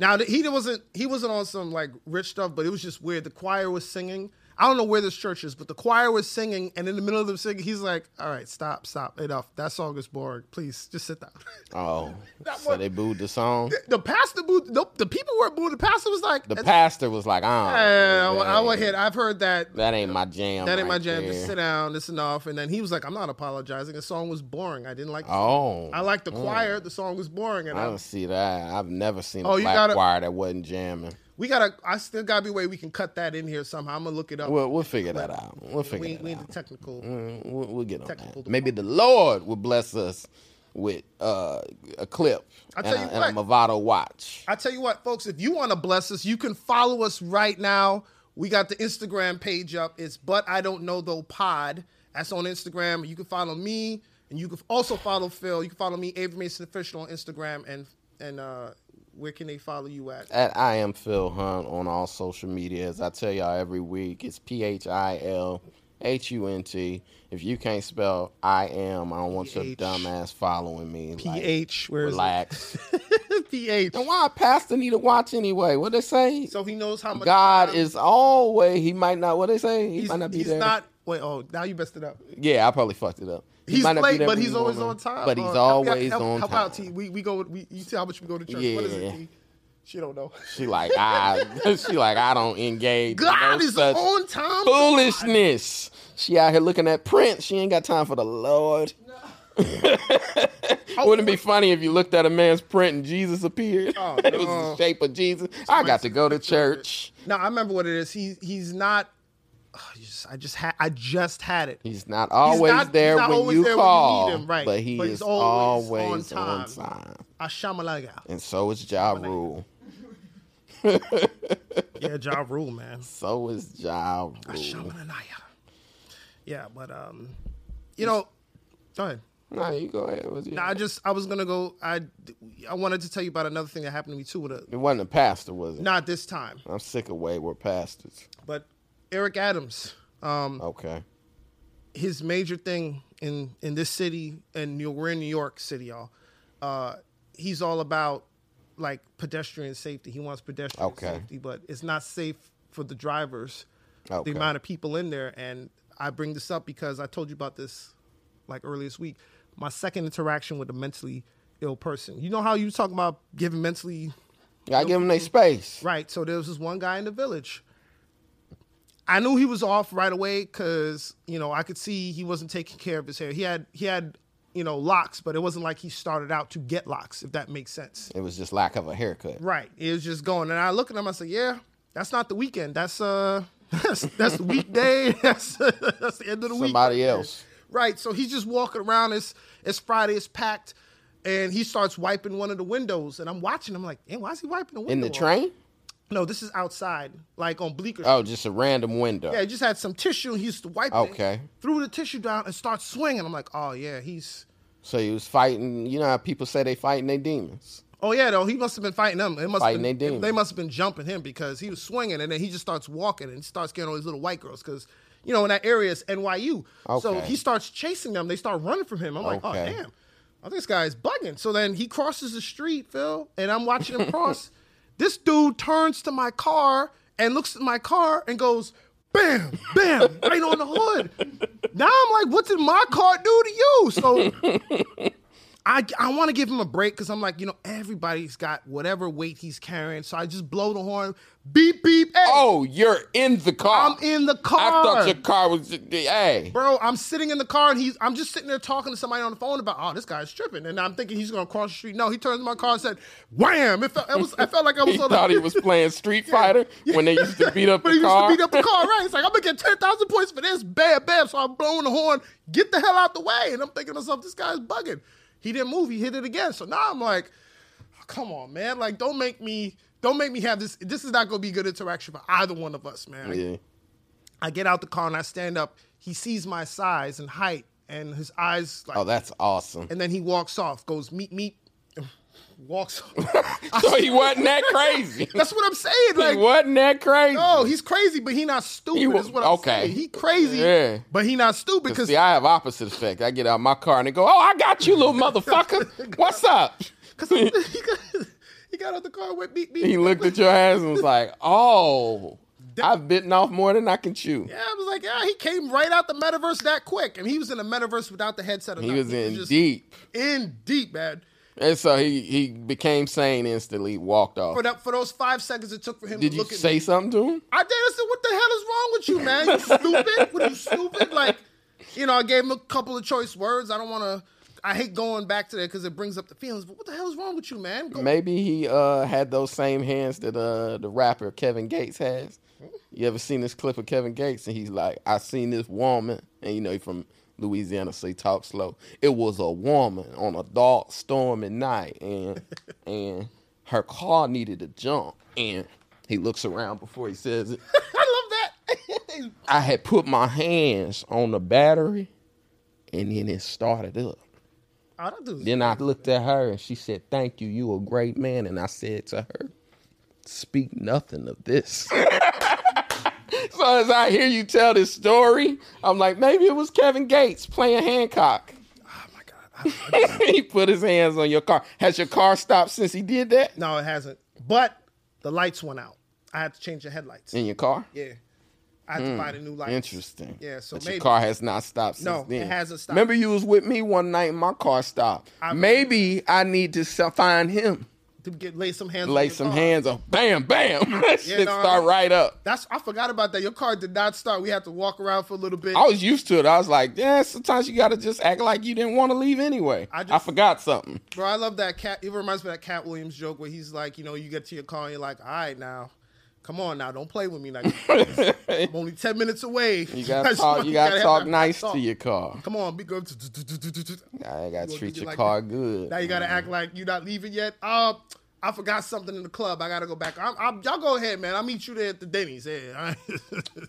B: now that he wasn't he wasn't on some like rich stuff, but it was just weird. The choir was singing. I don't know where this church is, but the choir was singing, and in the middle of them singing, he's like, "All right, stop, stop, enough. That song is boring. Please, just sit down."
A: oh,
B: That
A: so
B: one-
A: they booed the song.
B: the pastor booed. Nope, the people were booed. The pastor was like,
A: The pastor was like, "Ah,
B: "Eh, I
A: that,
B: wa- I wa- hit. I've heard that
A: that ain't my jam.
B: That ain't my
A: right
B: jam. Just
A: there."
B: sit down, this enough. And then he was like, I'm not apologizing. The song was boring. I didn't like the song.
A: Oh,
B: I liked the choir. The song was boring. And
A: I
B: I,
A: don't see that. I've never seen a
B: Oh, you
A: black
B: gotta-
A: choir that wasn't jamming.
B: we gotta I still gotta be a way we can cut that in here somehow. I'm gonna look it up.
A: We'll, we'll figure that out. We'll figure
B: we
A: that
B: we
A: out.
B: need the technical
A: Mm, We'll, we'll get on
B: Technical
A: that. Maybe the Lord will bless us with uh, a clip and,
B: I'll tell
A: a,
B: you
A: and a Movado watch.
B: I tell you what, folks, if you want to bless us, you can follow us right now. We got the Instagram page up. It's but I don't know though pod. That's on Instagram. You can follow me, and you can also follow Phil. You can follow me, Avery Mason official on Instagram, and and uh, where can they follow you at?
A: At I am Phil Hunt on all social media. As I tell y'all every week, it's P H I L H U N T. If you can't spell I am, I don't want your
B: PH.
A: dumbass following me. Like,
B: PH, where is it?
A: relax.
B: PH.
A: and why a pastor need to watch anyway? What they say?
B: So he knows how much
A: God
B: time-
A: is always. He might not. What they say? He
B: He's,
A: might not be
B: he's
A: there.
B: not. Wait, oh, now you messed it up.
A: Yeah, I probably fucked it up. He
B: He's
A: might not be
B: late,
A: there
B: but
A: when
B: he's
A: you
B: always
A: want
B: on
A: him,
B: time.
A: But he's
B: Oh, help me out-
A: always
B: help-
A: on
B: help
A: time.
B: out, T. We we go. We, you see how much we go to church. What is it?
A: Yeah.
B: T? She don't know.
A: She like I. she like I don't engage. in
B: God
A: no
B: is
A: such
B: on time.
A: foolishness. She out here looking at Prince. She ain't got time for the Lord. Wouldn't it be funny if you looked at a man's print and Jesus appeared?
B: Oh,
A: it was
B: no.
A: the shape of Jesus. I got to go to church.
B: No, I remember what it is. He he's not. Oh, you just- I just had I just had it.
A: He's not always there
B: he's not
A: when
B: always
A: you
B: there when you need
A: call,
B: him, right.
A: but he
B: But he's
A: is
B: always
A: always,
B: on
A: on,
B: time.
A: time.
B: Ashamalaga.
A: And so is Ja Rule.
B: Yeah, Ja Rule, man.
A: So is Ja Rule.
B: Shamananaya. Yeah, but um, you know, go ahead.
A: No, you go ahead. It was,
B: I just I was gonna go. I I wanted to tell you about another thing that happened to me too. With a,
A: it wasn't a pastor, was it?
B: not this time,
A: I'm sick of wayward pastors.
B: but Eric Adams. Um,
A: Okay.
B: his major thing in in this city and New- we're in New York City, y'all. Uh, he's all about like pedestrian safety. He wants pedestrian
A: Okay.
B: safety, but it's not safe for the drivers.
A: Okay.
B: The amount of people in there, and I bring this up because I told you about this like earlier this week. My second interaction with a mentally ill person. You know how you talk about giving mentally
A: I give them their space.
B: Right. So there was this one guy in the village. I knew he was off right away because you know I could see he wasn't taking care of his hair. He had he had you know locks, but it wasn't like he started out to get locks. If that makes sense.
A: It was just lack of a haircut.
B: Right. It was just going, and I look at him. I said, "Yeah, that's not the weekend. That's uh, that's that's the weekday. That's that's the end of the week."
A: Somebody else.
B: Right. So he's just walking around. It's it's Friday. It's packed, and he starts wiping one of the windows, and I'm watching. him like, "Damn, why is he wiping the window?"
A: In the
B: off?"
A: train?
B: No, this is outside, like on Bleecker.
A: Oh, just a random window.
B: Yeah, he just had some tissue and he used to wipe it.
A: Okay.
B: Threw the tissue down and starts swinging. I'm like, oh yeah, he's.
A: So he was fighting. You know how people say they fighting their demons.
B: Oh yeah, though he must have been fighting them. It must have
A: Fighting
B: been,
A: their demons.
B: They must have been jumping him because he was swinging and then he just starts walking and starts getting all these little white girls because you know in that area is NYU. So
A: Okay.
B: he starts chasing them. They start running from him. I'm like, oh
A: Okay.
B: damn, oh, this guy's bugging. So then he crosses the street, Phil, and I'm watching him cross. this dude turns to my car and looks at my car and goes. Bam, bam, right on the hood. Now I'm like, what did my car do to you? So I, I want to give him a break because I'm like, you know, everybody's got whatever weight he's carrying. So I just blow the horn, beep, beep. Hey,
A: Oh, you're in the car.
B: I'm in the
A: I
B: car.
A: thought your car was. Hey,
B: Bro, I'm sitting in the car and he's I'm just sitting there talking to somebody on the phone about, oh, this guy's tripping. And I'm thinking he's gonna cross the street. No, he turns to my car and said, wham! It felt, it was, I felt like I was
A: he
B: on
A: thought
B: a,
A: he was playing Street Fighter when they used to beat up
B: But he
A: the
B: used to
A: car.
B: beat up the car, right? It's like I'm gonna get ten thousand points for this, bam, bam. So I'm blowing the horn, get the hell out the way. And I'm thinking to myself, this guy's bugging. He didn't move. He hit it again. So now I'm like, oh, come on, man. Like, don't make me, don't make me have this. This is not gonna be good interaction for either one of us, man.
A: Yeah.
B: I get out the car and I stand up. He sees my size and height, and his eyes like,
A: Oh, that's awesome.
B: and then he walks off. Goes meet meet, walks.
A: So he wasn't that crazy.
B: That's what I'm saying.
A: he
B: Like,
A: wasn't that crazy.
B: No, he's crazy, but he not stupid.
A: He wa-
B: is what I'm
A: okay.
B: saying. He crazy,
A: Yeah.
B: but he not stupid because
A: See, I have opposite effect. I get out my car and they go, "Oh, I got you, little motherfucker. What's up?"
B: he, got, he got out the car with me.
A: He looked at your ass and was like, "Oh, I've bitten off more than I can chew."
B: Yeah, I was like, yeah, he came right out the metaverse that quick, and he was in the metaverse without the headset. Or
A: He
B: nothing.
A: was in
B: just
A: deep.
B: in deep, man.
A: And so he, he became sane instantly, walked off.
B: For that, for those five seconds it took for him
A: Did
B: to
A: you
B: look at
A: say
B: me,
A: something to him?
B: I did. I said, what the hell is wrong with you, man? You stupid? what are you stupid? Like, you know, I gave him a couple of choice words. I don't want to. I hate going back to that because it brings up the feelings. But what the hell is wrong with you, man? Go
A: Maybe he uh, had those same hands that uh, the rapper Kevin Gates has. You ever seen this clip of Kevin Gates? And he's like, I seen this woman. And you know, he from Louisiana, so he talks slow. It was a woman on a dark, stormy night. And, and her car needed to jump. And he looks around before he says it.
B: I love that.
A: I had put my hands on the battery and then it started up.
B: I Oh, don't do
A: Then I looked at her and she said, Thank you, you a great man. And I said to her, Speak nothing of this. so as I hear you tell this story, I'm like, maybe it was Kevin Gates playing Hancock.
B: Oh my god. I- I-
A: he put his hands on your car. Has your car stopped since he did that?
B: no, it hasn't. But the lights went out. I had to change the headlights.
A: In your car?
B: Yeah. I had to buy the new lights.
A: Mm. Interesting.
B: Yeah, so
A: but
B: maybe-
A: your car has not stopped since
B: No, it
A: then.
B: hasn't stopped.
A: Remember, you was with me one night and my car stopped. maybe I need to s- find him.
B: to get lay some hands. on
A: Lay
B: your
A: some
B: car.
A: hands up. Bam, bam. That
B: Yeah,
A: shit
B: no, I-
A: start right up.
B: That's I forgot about that. Your car did not start. We had to walk around for a little bit.
A: I was used to it. I was like, yeah, sometimes you got to just act like you didn't want to leave anyway.
B: I
A: I,
B: just-
A: forgot something.
B: Bro, I love that cat. It reminds me of that Cat Williams joke where he's like, you know, you get to your car and you're like, all right now, come on now, don't play with me like I'm only ten minutes away.
A: You got to talk, you gotta
B: have
A: talk
B: that
A: nice
B: talk.
A: to your car.
B: Come on, be good.
A: I got
B: gonna
A: to treat
B: do
A: your
B: like
A: car
B: that.
A: good.
B: Now you gotta act like you're not leaving yet. Uh, I forgot something in the club. I gotta go back. I'm, I'm, y'all go ahead, man. I'll meet you there at the Denny's. Yeah.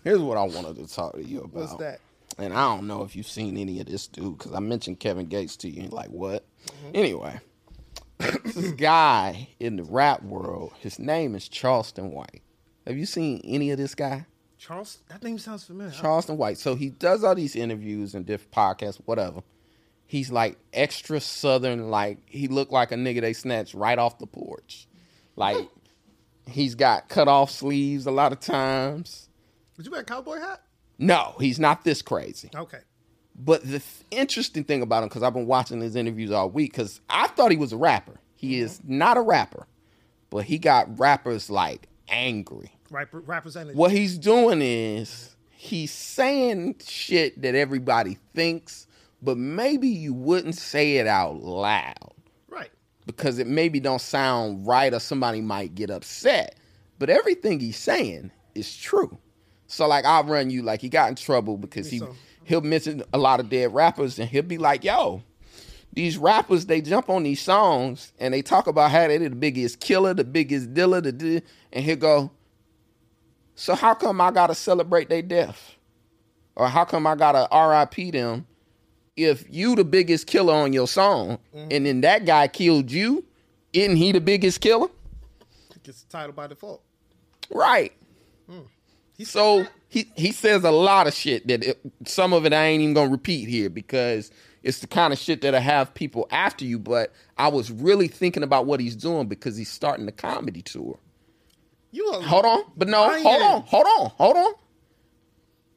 A: Here's what I wanted to talk to you about.
B: What's that?
A: And I don't know if you've seen any of this dude because I mentioned Kevin Gates to you. And like, what?
B: Mm-hmm.
A: Anyway, this guy in the rap world, his name is Charleston White. Have you seen any of this guy?
B: Charles, that name sounds familiar.
A: Charleston White. So he does all these interviews and different podcasts, whatever. He's like extra southern, like he looked like a nigga they snatched right off the porch. Like he's got cut off sleeves a lot of times.
B: Did you wear a cowboy hat?
A: No, he's not this crazy.
B: Okay.
A: But the th- interesting thing about him, because I've been watching his interviews all week, because I thought he was a rapper. He is not a rapper, but he got rappers like angry.
B: Right, represented.
A: What he's doing is he's saying shit that everybody thinks, but maybe you wouldn't say it out loud
B: Right.
A: because it maybe don't sound right or somebody might get upset. But everything he's saying is true. So like I'll run you like he got in trouble because he
B: Think so.
A: he'll mention a lot of dead rappers and he'll be like, yo, these rappers they jump on these songs and they talk about how they're the biggest killer, the biggest dealer, the di-" and he'll go, So how come I gotta celebrate their death? Or how come I gotta RIP them if you the biggest killer on your song and then that guy killed you, isn't he the biggest killer?
B: Gets the title by default.
A: Right.
B: He
A: So he he says a lot of shit that it, some of it I ain't even gonna repeat here because it's the kind of shit that'll have people after you. But I was really thinking about what he's doing because he's starting the comedy tour.
B: You a
A: Hold on, but no,
B: lying.
A: hold on, hold on, hold on.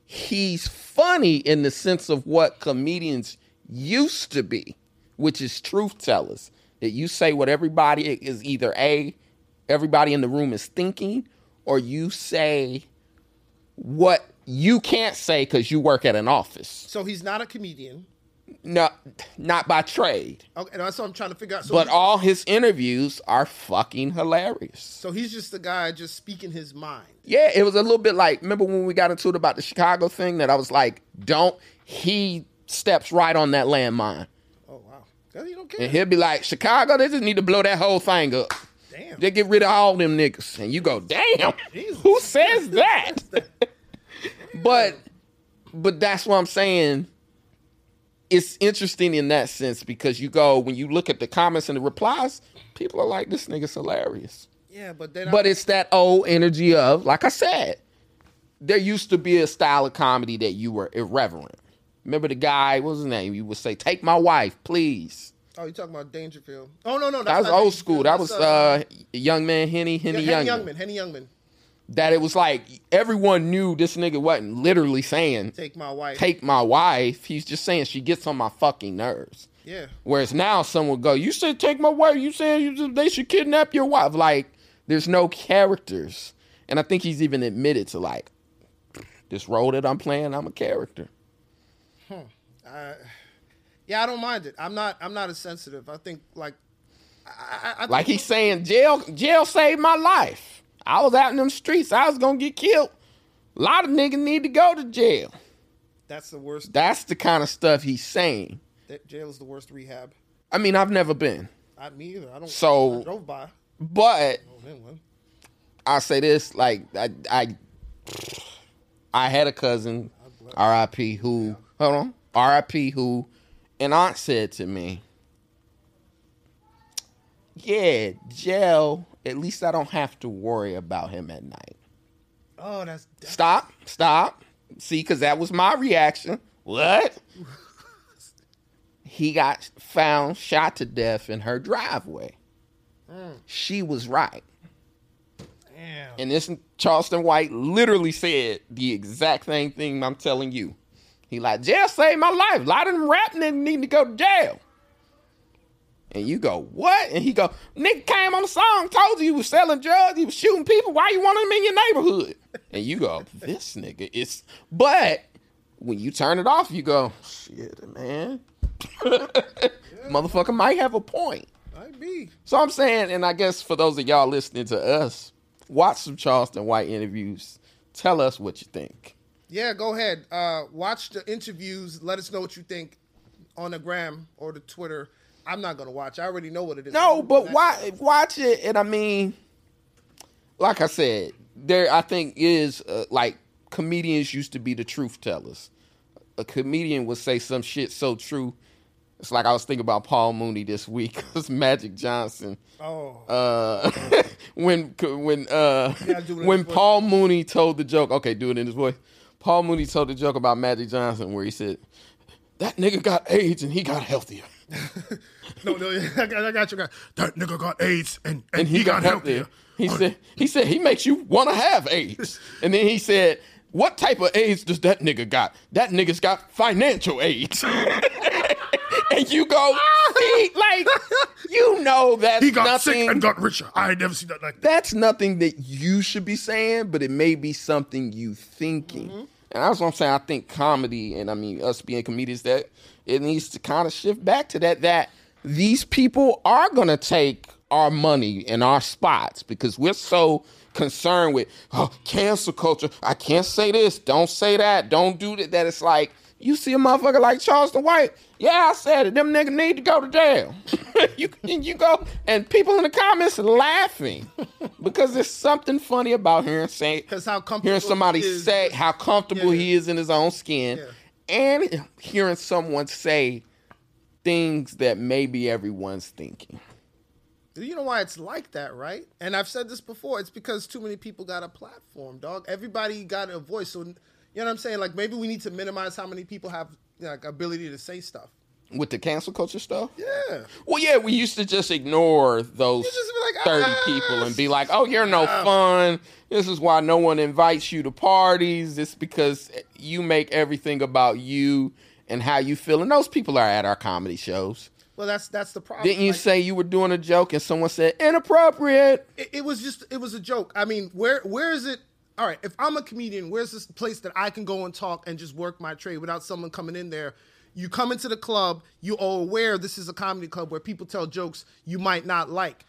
A: He's funny in the sense of what comedians used to be, which is truth tellers. That you say what everybody is either A, everybody in the room is thinking, or you say what you can't say because you work at an office.
B: So he's not a comedian.
A: No, not by trade.
B: Okay, that's what I'm trying to figure out. So,
A: But
B: he-
A: all his interviews are fucking hilarious.
B: so he's just the guy just speaking his mind.
A: Yeah, it was a little bit like remember when we got into it about the Chicago thing that I was like, don't he steps right on that landmine.
B: Oh wow, 'Cause he don't care.
A: And he'll be like, Chicago, they just need to blow that whole thing up.
B: Damn.
A: They get rid of all them niggas. And you go, damn, who says that? but but that's what I'm saying. It's interesting in that sense because you go, when you look at the comments and the replies, people are like, this nigga's hilarious.
B: yeah, but then
A: But
B: I,
A: it's that old energy of, like I said, there used to be a style of comedy that you were irreverent. Remember the guy, what was his name? You would say, "Take my wife, please."
B: oh, you talking about Dangerfield? Oh no, no, that's
A: That was
B: not
A: old
B: Dangerfield.
A: school. That was
B: That's,
A: uh, young man Henny
B: yeah,
A: Henny
B: Henny
A: Youngman.
B: Youngman. Henny Youngman.
A: That it was like everyone knew this nigga wasn't literally saying
B: Take my wife.
A: "Take my wife." He's just saying she gets on my fucking nerves.
B: Yeah.
A: Whereas now someone go, you said take my wife. You said you said they should kidnap your wife. Like there's no characters, and I think he's even admitted to like this role that I'm playing. I'm a character.
B: Yeah, I don't mind it. I'm not. I'm not as sensitive. I think like. I, I, I
A: Like he's saying jail jail saved my life. I was out in them streets. I was gonna get killed. A lot of niggas need to go to jail.
B: that's the worst.
A: That's the kind of stuff he's saying.
B: That jail is the worst rehab.
A: I mean, I've never been,
B: I me either. I don't.
A: So-
B: I drove by.
A: but
B: Oh, then one.
A: I say this like I I, I had a cousin, R.I.P. Who hold on, R.I.P. Who, an aunt said to me, "Yeah, jail. At least I don't have to worry about him at night."
B: Oh, that's.
A: Stop, stop. See, because that was my reaction. What? he got found shot to death in her driveway. She was right.
B: Damn.
A: And this Charleston White literally said the exact same thing I'm telling you. He like, jail saved my life. A lot of them rap niggas need to go to jail. And you go, what? And he go, Nick came on the song, told you he was selling drugs, he was shooting people. Why you want him in your neighborhood? And you go, this nigga is. But when you turn it off, you go, shit, man. Motherfucker might have a point.
B: Might be.
A: So I'm saying, and I guess for those of y'all listening to us, watch some Charleston White interviews. Tell us what you think.
B: Yeah, go ahead. Uh, watch the interviews. Let us know what you think on the gram or the Twitter. I'm not gonna watch. I already know what it is.
A: No, but why watch it? And I mean, like I said, there I think is uh, like comedians used to be the truth tellers. A comedian would say some shit so true. It's like I was thinking about Paul Mooney this week because Magic Johnson.
B: Oh,
A: Uh, when when uh,
B: gotta do it in
A: when
B: his voice.
A: Paul Mooney told the joke, okay, do it in his voice. Paul Mooney told the joke about Magic Johnson where he said, "That nigga got AIDS and he got healthier."
B: no, no, I got, I got you. Got that nigga got AIDS and and,
A: and he, got, help there. He said he said he makes you want to have AIDS. And then he said, "What type of AIDS does that nigga got? That nigga's got financial AIDS." and you go, see, like you know that's nothing.
B: got richer. I ain't never seen that like
A: that's nothing that you should be saying, but it may be something you thinking. And that's what I'm saying. I think comedy, and I mean us being comedians, that it needs to kind of shift back to that. That these people are gonna take our money and our spots because we're so concerned with oh, cancel culture. I can't say this. Don't say that. Don't do that. That it's like. You see a motherfucker like Charleston White, yeah, I said it. Them niggas need to go to jail. you and you go, and people in the comments laughing because there's something funny about hearing say,
B: Because how comfortable
A: hearing somebody
B: he is.
A: say how comfortable
B: Yeah,
A: he is in his own skin, and hearing someone say things that maybe everyone's thinking.
B: You know why it's like that, right? And I've said this before. It's because too many people got a platform, dog. Everybody got a voice. So you know what I'm saying? Like maybe we need to minimize how many people have like ability to say stuff.
A: With the cancel culture stuff,
B: Yeah.
A: Well, yeah, we used to just ignore those
B: You just be
A: 30
B: like, "Ah,
A: people and be like, oh, you're no fun. This is why no one invites you to parties. It's because you make everything about you and how you feel. And those people are at our comedy shows.
B: Well, that's that's the problem.
A: Didn't you
B: Like,
A: say you were doing a joke and someone said, inappropriate?
B: it, it was just it was a joke. I mean, where where is it? All right, if I'm a comedian, where's this place that I can go and talk and just work my trade without someone coming in there? You come into the club, you are aware this is a comedy club where people tell jokes you might not like,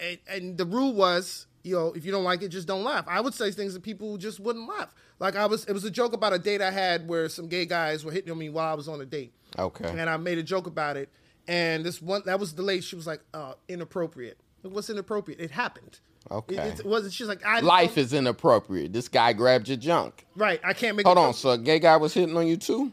B: and and the rule was. You know, if you don't like it, just don't laugh. I would say things that people just wouldn't laugh. Like I was, it was a joke about a date I had where some gay guys were hitting on me while I was on a date.
A: Okay.
B: And I made a joke about it. And this one, that was the lady. She was like, uh, inappropriate. What's inappropriate? It happened.
A: Okay.
B: It, it wasn't. She's like, I
A: Life is inappropriate. This guy grabbed your junk.
B: right. I can't make. a
A: Hold on,
B: joke.
A: so a gay guy was hitting on you too?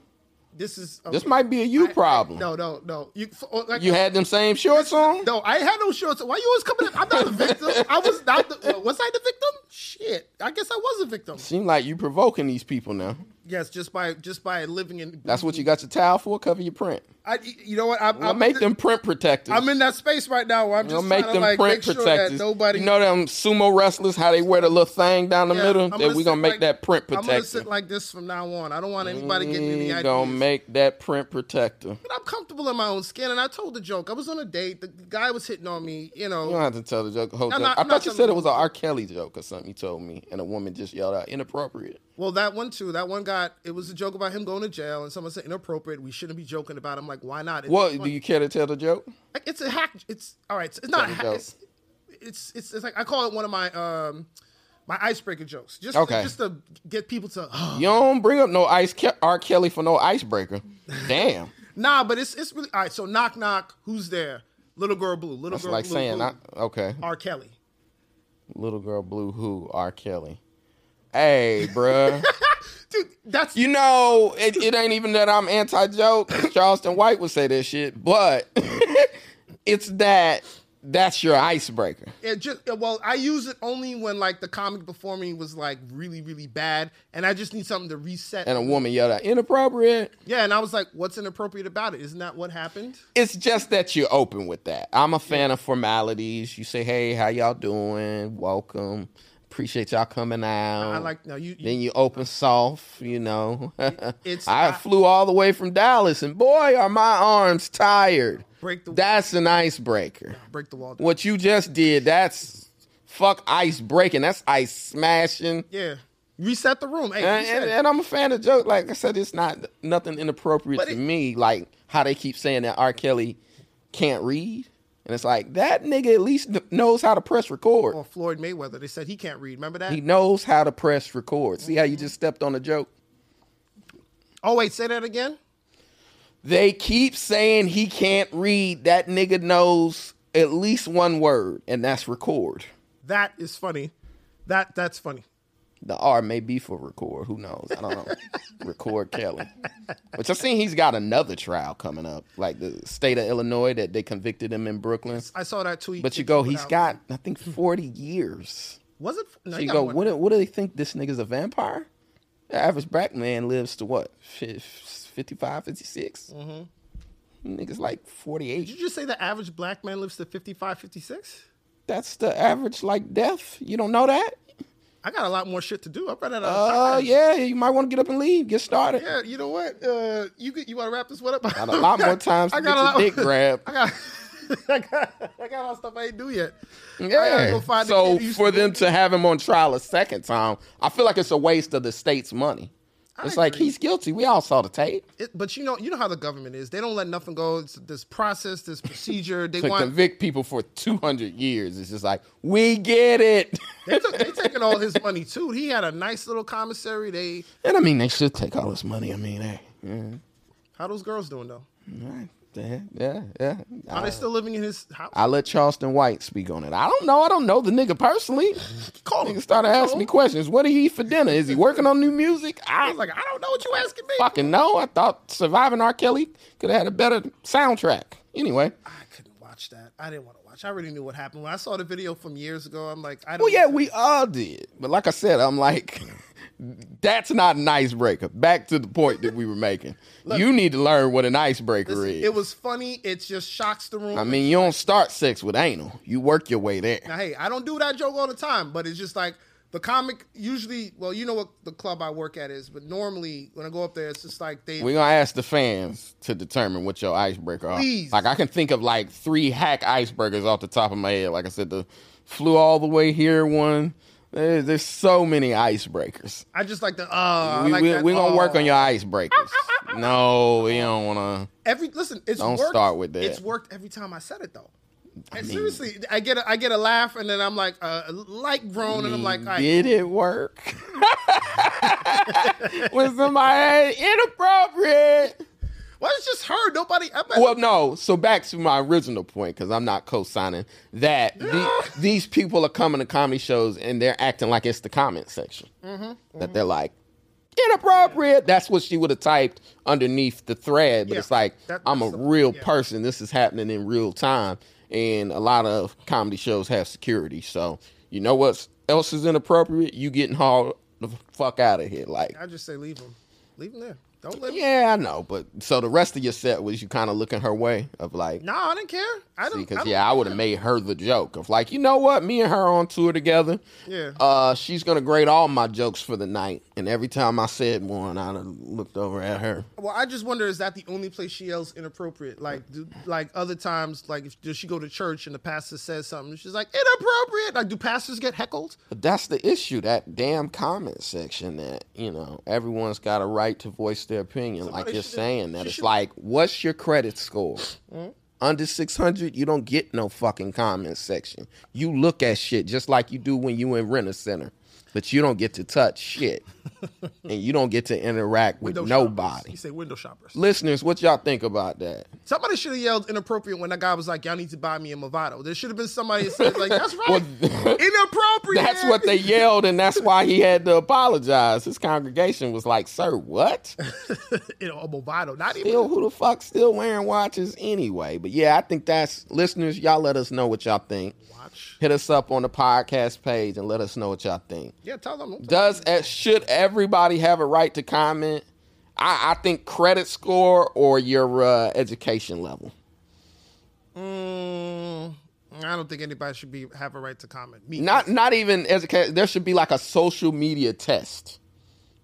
B: This is
A: This might be a you
B: I- I-
A: problem.
B: no, no, no. You, f- oh, like,
A: You had them same shorts on?
B: no. I had no shorts. Why you always coming? In? I'm not a victim. I was not. The, uh, was I the victim? Shit. I guess I was a victim.
A: Seem like you provoking these people now.
B: Yes, just by just by living in.
A: That's what you got your towel for? Cover your print.
B: I, you know what? Mm-hmm. I'm,
A: Well,
B: I'm
A: make them print protectors.
B: I'm in that space right now where I'm
A: They'll
B: just
A: make
B: trying
A: them
B: to like
A: print
B: make sure that
A: protectors.
B: nobody.
A: you know them sumo wrestlers, how they wear the little thing down the
B: Yeah,
A: middle?
B: I'm
A: That
B: gonna
A: we
B: sit
A: gonna make
B: like-
A: that print Mm,
B: I'm gonna
A: protector.
B: sit like this from now on. I don't want anybody getting any
A: We
B: ideas.
A: gonna make that print protector.
B: But I'm comfortable in my own skin, and I told the joke. I was on a date. The the guy was hitting on me. You
A: You don't
B: know,
A: have to tell the joke. Whole
B: No,
A: joke.
B: not-
A: I
B: not
A: thought you
B: telling
A: said
B: the
A: it was
B: whole
A: an R. Kelly joke or something you told me, and a woman just yelled out inappropriate.
B: well that one too. That one got it was a joke about him going to jail, and someone said inappropriate. We shouldn't be joking about. It. I'm like, why not? It's
A: What
B: funny.
A: do you care to tell the joke?
B: Like, It's a hack. It's all right. It's not. A
A: Tell the
B: hack,
A: joke.
B: it's, it's it's it's like I call it one of my um my icebreaker jokes. Just
A: Okay.
B: to, just to get people to.
A: You don't bring up no ice Ke- R. Kelly for no icebreaker. Damn,
B: Nah, but it's it's really all right. So knock knock, who's there? Little girl blue. Little
A: that's
B: girl
A: like
B: blue.
A: saying
B: blue.
A: I, okay.
B: R. Kelly.
A: Little girl blue who R. Kelly. Hey, bruh.
B: Dude, that's
A: You know, it, it ain't even that I'm anti joke. Charleston White would say that shit, but it's that that's your icebreaker.
B: it just it- well, I use it only when like the comic before me was like really, really bad, and I just need something to reset.
A: And a woman yelled out, inappropriate.
B: yeah, and I was like, what's inappropriate about it? Isn't that what happened?
A: It's just that you're open with that. I'm a fan of formalities. You say, hey, how y'all doing? Welcome. Appreciate y'all coming out.
B: I like now you. you
A: Then you open soft, you know.
B: It's-
A: I,
B: I-
A: flew all the way from Dallas, and boy, are my arms tired.
B: break the
A: That's an icebreaker.
B: break the wall. Down.
A: What you just did, that's fuck ice breaking. That's ice smashing.
B: Yeah, reset the room. Hey,
A: And,
B: reset
A: and,
B: it.
A: and I'm a fan of joke. Like I said, it's not nothing inappropriate
B: But
A: to
B: it-
A: me. Like how they keep saying that R. Kelly can't read, and it's like that nigga at least kn- knows how to press record.
B: Or Floyd Mayweather. They said he can't read. Remember that?
A: He knows how to press record. See how you just stepped on a joke.
B: oh wait, say that again.
A: They keep saying he can't read. That nigga knows at least one word, and that's record.
B: That is funny. That that's funny.
A: The R may be for record. Who knows? I don't know. record Kelly. Which I seen he's got another trial coming up, like the state of Illinois that they convicted him in Brooklyn.
B: I saw that tweet.
A: But
B: that
A: you go,
B: put
A: he's
B: out.
A: got I think forty years.
B: Was it? No,
A: So you
B: got
A: go,
B: one.
A: what, do- what do they think this nigga's a vampire? The average black man lives to what? Fif- 55, 56?
B: Mm-hmm.
A: Niggas like
B: Did
A: 48.
B: you just say the average black man lives to 55, 56?
A: That's the average like death. You don't know that?
B: I got a lot more shit to do. I've run out of
A: Oh,
B: time.
A: yeah. You might want to get up and leave. Get started.
B: Yeah, you know what? Uh, you could, you want to wrap this one up?
A: Got a lot more times to get your dick grabbed.
B: I got, I got, I got all stuff I ain't do yet.
A: Yeah.
B: go find the
A: so
B: kid who used
A: for
B: to-
A: them to have him on trial a second time, I feel like it's a waste of the state's money. it's like
B: agree.
A: he's guilty. We all saw the tape
B: It, but you know, you know how the government is. They don't let nothing go. It's this process, this procedure. They
A: to
B: want.
A: convict people for two hundred years. It's just like we get it.
B: They took, they taking all his money too. He had a nice little commissary. They
A: and I mean, they should take all this money. I mean, hey, yeah,
B: how those girls doing though?
A: all right, yeah, yeah, yeah.
B: Are they
A: I,
B: still living in his house?
A: I let Charleston White speak on it. I don't know. I don't know the nigga personally.
B: Call him.
A: Nigga started asking me questions. What did he eat for dinner? Is he working on new music?
B: I
A: I
B: was like, I don't know what you asking me.
A: fucking know. I thought Surviving R. Kelly could have had a better soundtrack. Anyway.
B: I couldn't watch that. I didn't want to watch. I already knew what happened when I saw the video from years ago. I'm like, I don't.
A: Well, yeah, we all did. But like I said, I'm like, that's not an icebreaker. Back to the point that we were making. you need to learn what an icebreaker is.
B: It was funny. It just shocks the room.
A: I mean, you don't start sex with anal. You work your way there.
B: Now, hey, I don't do that joke all the time, but it's just like the comic usually. Well, you know what the club I work at is, but normally when I go up there, it's just like they.
A: We're gonna ask the fans to determine what your icebreaker are.
B: Please.
A: Like I can think of like three hack icebreakers off the top of my head. Like I said, the flew all the way here one. There, there's so many icebreakers.
B: I just like the. Uh, I
A: we,
B: like
A: we,
B: that,
A: we're gonna work
B: uh,
A: on your icebreakers. no, we don't wanna.
B: every. Listen, it's
A: Don't
B: worked.
A: start with that.
B: It's worked every time I said it though. And seriously, I get a, I get a laugh, and then I'm like uh, a light groan, and I'm like, all right,
A: did it work? When somebody inappropriate?
B: well, it's just her. Nobody. I'm
A: Well, no. So back to my original point, because I'm not co-signing that the- these people are coming to comedy shows and they're acting like it's the comment section.
B: Mm-hmm,
A: That they're like inappropriate. That's what she would have typed underneath the thread. But
B: Yeah.
A: it's like
B: That-
A: I'm a
B: that's the-
A: real
B: yeah.
A: person. This is happening in real time, and a lot of comedy shows have security. So you know what else is inappropriate? You getting hauled the fuck out of here, like.
B: I just say leave him, leave him there. Don't let him.
A: Yeah, I know, but so the rest of your set was you kind of looking her way of like,
B: No, I didn't care. I didn't.
A: because
B: don't
A: yeah, I would have made her the joke of like, you know what, me and her on tour together.
B: Yeah.
A: Uh, she's gonna grade all my jokes for the night, and every time I said one, I'd have looked over at her.
B: Well, I just wonder is that the only place she yells inappropriate? Like, do, like other times, like if does she go to church and the pastor says something, she's like inappropriate. Like, do pastors get heckled?
A: But that's the issue, that damn comment section that you know everyone's got a right to voice their opinion. like
B: Somebody
A: you're
B: should've-
A: saying that
B: she Hmm?
A: it's
B: should've-
A: like, what's your credit score? Under 600, you don't get no fucking comment section. You look at shit just like you do when you in rent a center, but you don't get to touch shit, and you don't get to interact with
B: Window
A: nobody.
B: Shoppers. You say window shoppers.
A: Listeners, what y'all think about that?
B: Somebody should have yelled inappropriate when that guy was like, "Y'all need to buy me a Movado." There should have been somebody that said like, "That's right, inappropriate."
A: That's what they yelled, and that's why he had to apologize. His congregation was like, "Sir, what?"
B: you know, a Movado. Not even.
A: Still, who the fuck still wearing watches anyway? But yeah, I think that's listeners. Y'all let us know what y'all think.
B: Watch.
A: Hit us up on the podcast page and let us know what y'all think.
B: Yeah, tell them. don't tell
A: Does eh, should everybody have a right to comment? I, I think credit score or your uh, education level.
B: them. Mm, I don't think anybody should be have a right to comment. Me,
A: Not not even as a ca- there should be like a social media test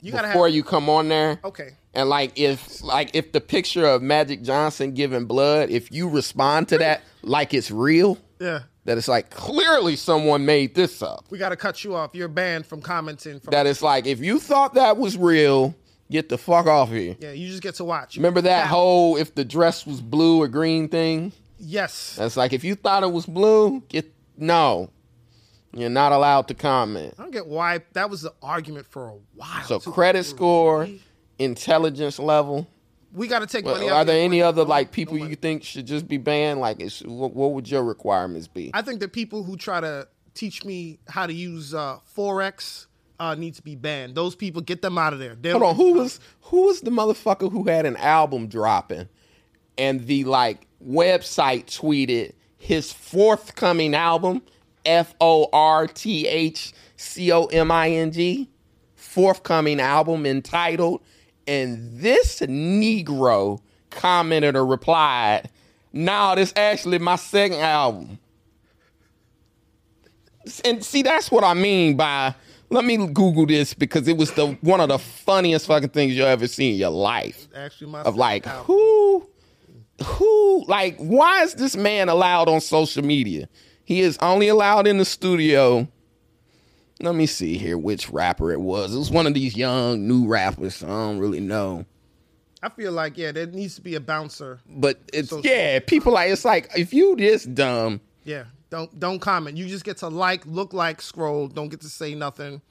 B: you gotta
A: before
B: have,
A: you come on there.
B: Okay,
A: And like if like if the picture of Magic Johnson giving blood, if you respond to that like it's real,
B: yeah,
A: that it's like clearly someone made this up.
B: we gotta cut you off. You're banned from commenting. From
A: That it's like if you thought that was real, get the fuck off here.
B: yeah, you just get to watch.
A: Remember that whole if the dress was blue or green thing?
B: Yes,
A: That's like if you thought it was blue, get no. You're not allowed to comment.
B: I don't get why that was the argument for a while.
A: So
B: too.
A: credit score, intelligence level.
B: we gotta take money. out
A: Are there any other
B: No,
A: like
B: no
A: people
B: money.
A: you think should just be banned? Like, it's, what, what would your requirements be?
B: I think the people who try to teach me how to use uh, forex uh, need to be banned. Those people get them out of there. They're,
A: Hold on, who was who was the motherfucker who had an album dropping, and the like website tweeted his forthcoming album, F O R T H C O M I N G, forthcoming album entitled, and this Negro commented or replied, "Now this actually my second album." and see that's what I mean by let me Google this because it was the one of the funniest fucking things you ever seen in your life.
B: actually my
A: Of like who who like why is this man allowed on social media? He is only allowed in the studio. Let me see here which rapper it was. It was one of these young new rappers. I don't really know.
B: I feel like yeah, there needs to be a bouncer.
A: But it's
B: Social-
A: yeah, people like it's like if you this dumb,
B: Yeah, don't don't comment. You just get to like, look like, scroll. Don't get to say nothing.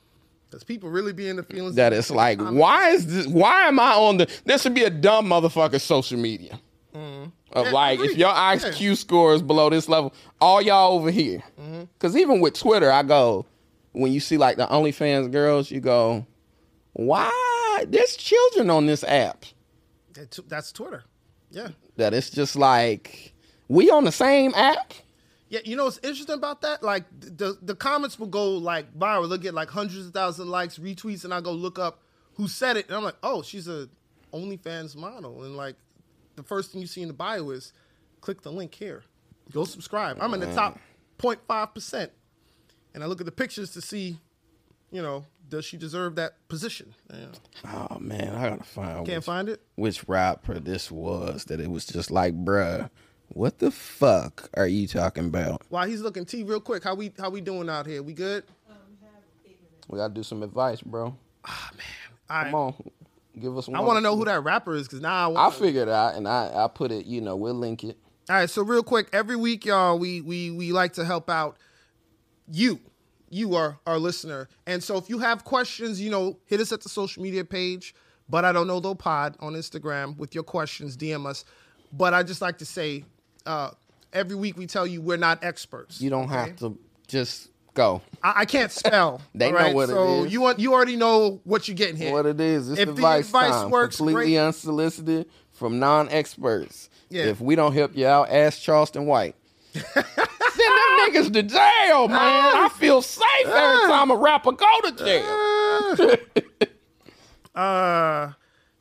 B: Cause people really be in the feelings.
A: that it's like,
B: Um,
A: why is this? Why am I on the? There should be a dumb motherfucker social media. Of
B: Mm-hmm. Yeah,
A: like, if
B: agreed.
A: your
B: Yeah. Mm-hmm.
A: IQ score is below this level, all y'all over here. Because even with Twitter, I go when you see like the OnlyFans girls, you go, why? There's children on this app.
B: That- That's Twitter. Yeah,
A: That it's just like we on the same app.
B: yeah. You know what's interesting about that? Like the the comments will go like viral. They'll get like hundreds of thousands of likes, retweets, and I go look up who said it, and I'm like, oh, she's a OnlyFans model, and like the first thing you see in the bio is click the link here, go subscribe. I'm in the top 0.5 percent, and I look at the pictures to see, you know, does she deserve that position? Yeah.
A: Oh man, I gotta find.
B: Can't
A: which-
B: find it.
A: which rapper this was that it was just like, bruh, what the fuck are you talking about?
B: While he's looking, T, real quick, how we how we doing out here? We good?
A: We gotta do some advice, bro.
B: All right.
A: Come on, give us. One
B: I want to know who that rapper is because now I
A: I
B: want.
A: figured out, and I I put it. You know, we'll link it.
B: All right, so real quick, every week, y'all, we we we like to help out you. You are our listener, and so if you have questions, you know, hit us at the social media page. But I don't know though pod on Instagram with your questions. DM us. But I just like to say, uh, every week we tell you we're not experts.
A: You don't have to just go.
B: I, I can't spell.
A: They
B: all
A: know
B: right?
A: what it
B: so
A: is.
B: you want you already know what you're getting here.
A: What it is? It's
B: If the
A: advice,
B: advice
A: time,
B: works,
A: completely
B: great.
A: unsolicited from non-experts.
B: Yeah.
A: If we don't help you out, ask Charleston White. Send them niggas to jail, man. I feel safe
B: Ah.
A: every time a rapper go to jail.
B: Uh,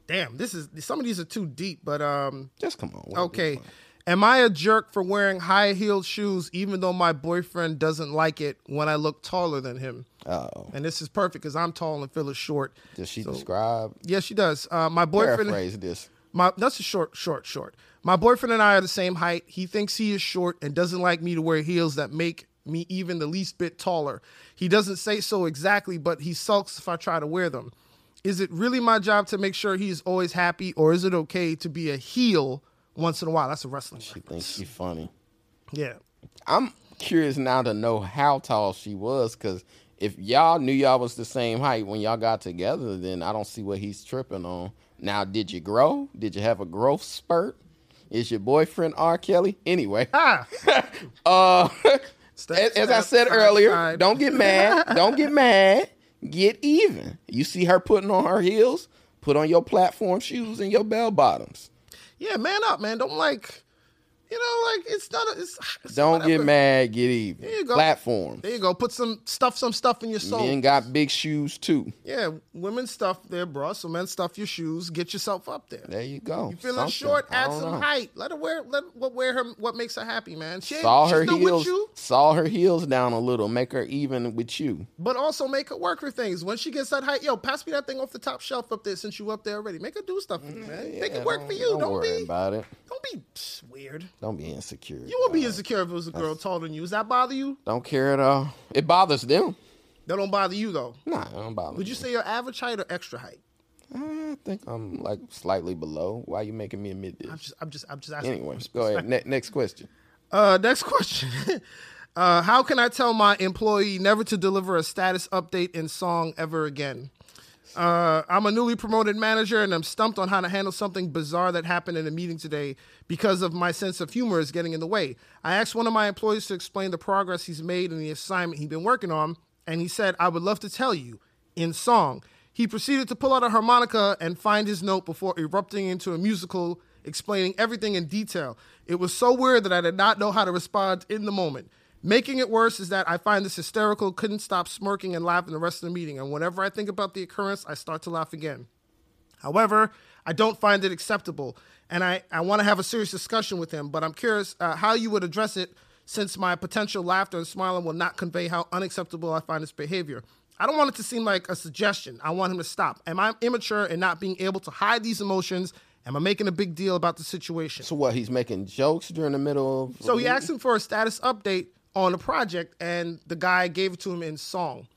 B: damn, this is some of these are too deep, but um,
A: Just come on. we'll do
B: okay.
A: fine.
B: Am I a jerk for wearing high heeled shoes even though my boyfriend doesn't like it when I look taller than him?
A: Uh-oh.
B: And this is perfect because I'm tall and Phil is short.
A: Does she describe?
B: Yeah, she does. Uh, my boyfriend,
A: Paraphrase this.
B: my that's a short, short, short. My boyfriend and I are the same height. He thinks he is short and doesn't like me to wear heels that make me even the least bit taller. He doesn't say so exactly, but he sulks if I try to wear them. Is it really my job to make sure he's always happy, or is it okay to be a heel once in a while? That's a wrestling.
A: I think she's funny.
B: Yeah.
A: I'm curious now to know how tall she was because if y'all knew y'all was the same height when y'all got together, then I don't see what he's tripping on. Now, did you grow? Did you have a growth spurt? Is your boyfriend R. Kelly? Anyway,
B: Ah.
A: uh,
B: Step,
A: as, as I
B: step,
A: said
B: side,
A: earlier,
B: side.
A: don't get mad. don't get mad. Get even. You see her putting on her heels, put on your platform shoes and your bell bottoms.
B: Yeah, man up, man. Don't like. You know, like it's not. A, it's, it's
A: Don't
B: whatever.
A: get mad, get even.
B: There you go.
A: Platform.
B: There you go. Put some stuff, some stuff in your soul.
A: Men got big shoes too.
B: Yeah, women stuff their bra, so men stuff your shoes. Get yourself up there.
A: There you go.
B: You feeling
A: Something.
B: short?
A: I
B: Add
A: don't
B: some
A: know.
B: height. Let her wear. Let what wear her. What makes her happy, man. She ain't,
A: Saw
B: she's
A: her
B: still
A: heels.
B: with you,
A: Saw her heels down a little. Make her even with you.
B: but also make her work for things. When she gets that height, yo, pass me that thing off the top shelf up there. Since you up there already, make her do stuff, for you, man. make
A: Mm, Yeah,
B: it work
A: don't-
B: for you. Don't,
A: worry
B: be.
A: about it.
B: Don't be psh, weird.
A: Don't be insecure. Uh,
B: You would be insecure if it was a girl taller than you. Does that bother you?
A: Don't care at all. It bothers them.
B: That don't bother you though.
A: Nah, it don't bother.
B: Would you say your average height or extra height?
A: I think I'm like slightly below. Why you making me admit
B: I'm
A: this?
B: just, I'm just, I'm just asking.
A: Anyway, go ahead. Ne- next question.
B: Uh, next question. uh, how can I tell my employee never to deliver a status update in song ever again? Uh, I'm a newly promoted manager and I'm stumped on how to handle something bizarre that happened in a meeting today because of my sense of humor is getting in the way. I asked one of my employees to explain the progress he's made and the assignment he'd been working on, and he said, I would love to tell you in song. He proceeded to pull out a harmonica and find his note before erupting into a musical explaining everything in detail. It was so weird that I did not know how to respond in the moment. Making it worse is that I find this hysterical, couldn't stop smirking and laughing the rest of the meeting. And whenever I think about the occurrence, I start to laugh again. However, I don't find it acceptable, and I, I want to have a serious discussion with him, but I'm curious uh, how you would address it since my potential laughter and smiling will not convey how unacceptable I find this behavior. I don't want it to seem like a suggestion. I want him to stop. Am I immature in not being able to hide these emotions? Am I making a big deal about the situation?
A: So what? He's making jokes during the middle of.
B: So he asked him for a status update on the project, and the guy gave it to him in song.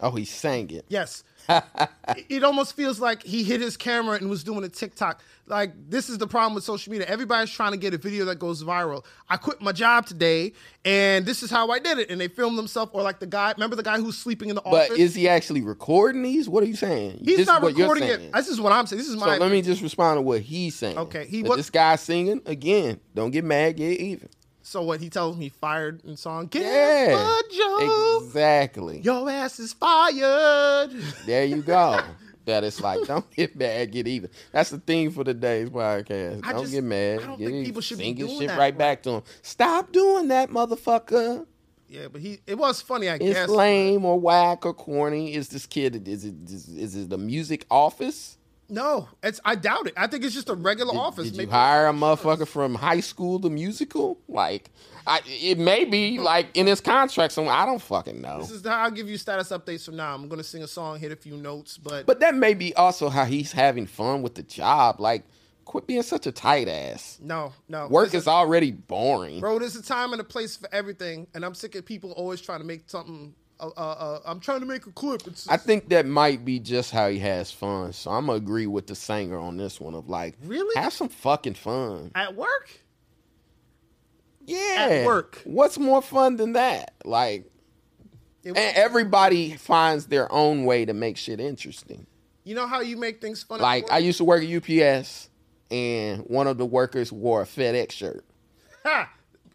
A: Oh, he sang it.
B: Yes. it it almost feels like he hit his camera and was doing a TikTok. Like this is the problem with social media. Everybody's trying to get a video that goes viral. I quit my job today, and this is how I did it. And they film themselves, or like the guy. Remember the guy who's sleeping in the
A: But
B: office?
A: is he actually recording these? What are you saying?
B: He's
A: This is
B: not
A: what you're
B: recording it.
A: saying.
B: This is what I'm saying. This is
A: So
B: my.
A: let me just respond to what he's saying.
B: Okay, he
A: If
B: wa-
A: this guy singing again. Don't get mad, get even.
B: so what he tells me fired in song. Get
A: Yeah,
B: a job.
A: exactly.
B: Your ass is fired.
A: There you go. that it's like don't get mad, get even. That's the theme for today's podcast.
B: I
A: don't
B: just-
A: get mad.
B: I don't
A: get
B: think
A: even.
B: people should be
A: Sing your
B: doing
A: shit
B: that,
A: right
B: bro.
A: back to him. Stop doing that, motherfucker.
B: yeah, but he. It was funny. I
A: It's
B: guess.
A: lame or whack or corny. Is this kid? Is it? Is, is it the music office?
B: No, it's. I doubt it. I think it's just a regular office.
A: Did you
B: Maybe-
A: hire a motherfucker from high school to musical? Like, I, it may be like in his contract. Somewhere. I don't fucking know.
B: This is how I'll give you status updates from now. I'm gonna sing a song, hit a few notes, but,
A: But that may be also how he's having fun with the job. Like, quit being such a tight ass.
B: no, no.
A: Work
B: Listen,
A: is already boring.
B: bro. There's a time and a place for everything, and I'm sick of people always trying to make something. Uh, uh, uh, I'm trying to make a clip. It's,
A: I think that might be just how he has fun. So I'm gonna agree with the singer on this one of like,
B: Really?
A: have some fucking fun.
B: at work.
A: Yeah,
B: work.
A: What's more fun than that? Like,
B: It-
A: and everybody finds their own way to make shit interesting.
B: you know how you make things fun. at
A: Like
B: work?
A: I used to work at UPS, and one of the workers wore a FedEx shirt.
B: Ha!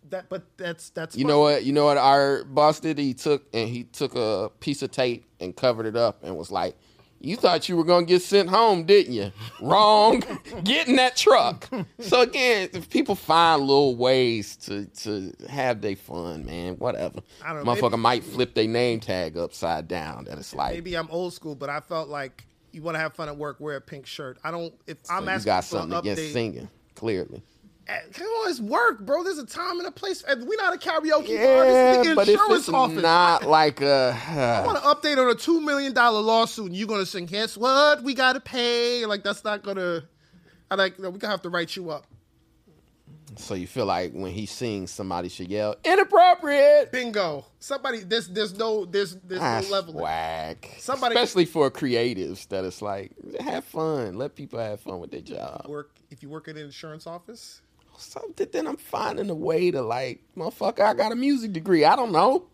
B: that, but that's that's
A: You
B: fun.
A: know what? You know what our boss did? He took and he took a piece of tape and covered it up and was like, "You thought you were gonna get sent home, didn't you? Wrong. get in that truck." so again, if people find little ways to to have their fun, man. Whatever.
B: I don't know,
A: Motherfucker
B: maybe-
A: might flip their name tag upside down. That it's like
B: Maybe I'm old school, but I felt like you want to have fun at work. Wear a pink shirt. I don't. If
A: so
B: I'm
A: you
B: asking
A: got
B: for an
A: something against
B: update,
A: singing, clearly.
B: eh, come on, it's work, bro. There's a time and a place. for- We're not a karaoke bar. This is
A: Yeah,
B: the
A: but if
B: insurance
A: it's
B: office.
A: not like a.
B: I want an update on a two million dollar lawsuit, and you're gonna sing, "Guess what? We gotta pay." Like that's not gonna. I like no, we gonna have to write you up.
A: So you feel like when he sings, somebody should yell inappropriate.
B: Bingo. Somebody, there's there's no there's there's
A: That's
B: no level.
A: whack.
B: Somebody-
A: especially for creatives, that it's like have fun, let people have fun with their job.
B: Work if you work at an insurance office.
A: So th- then I'm finding a way to like, motherfucker, I got a music degree. I don't know.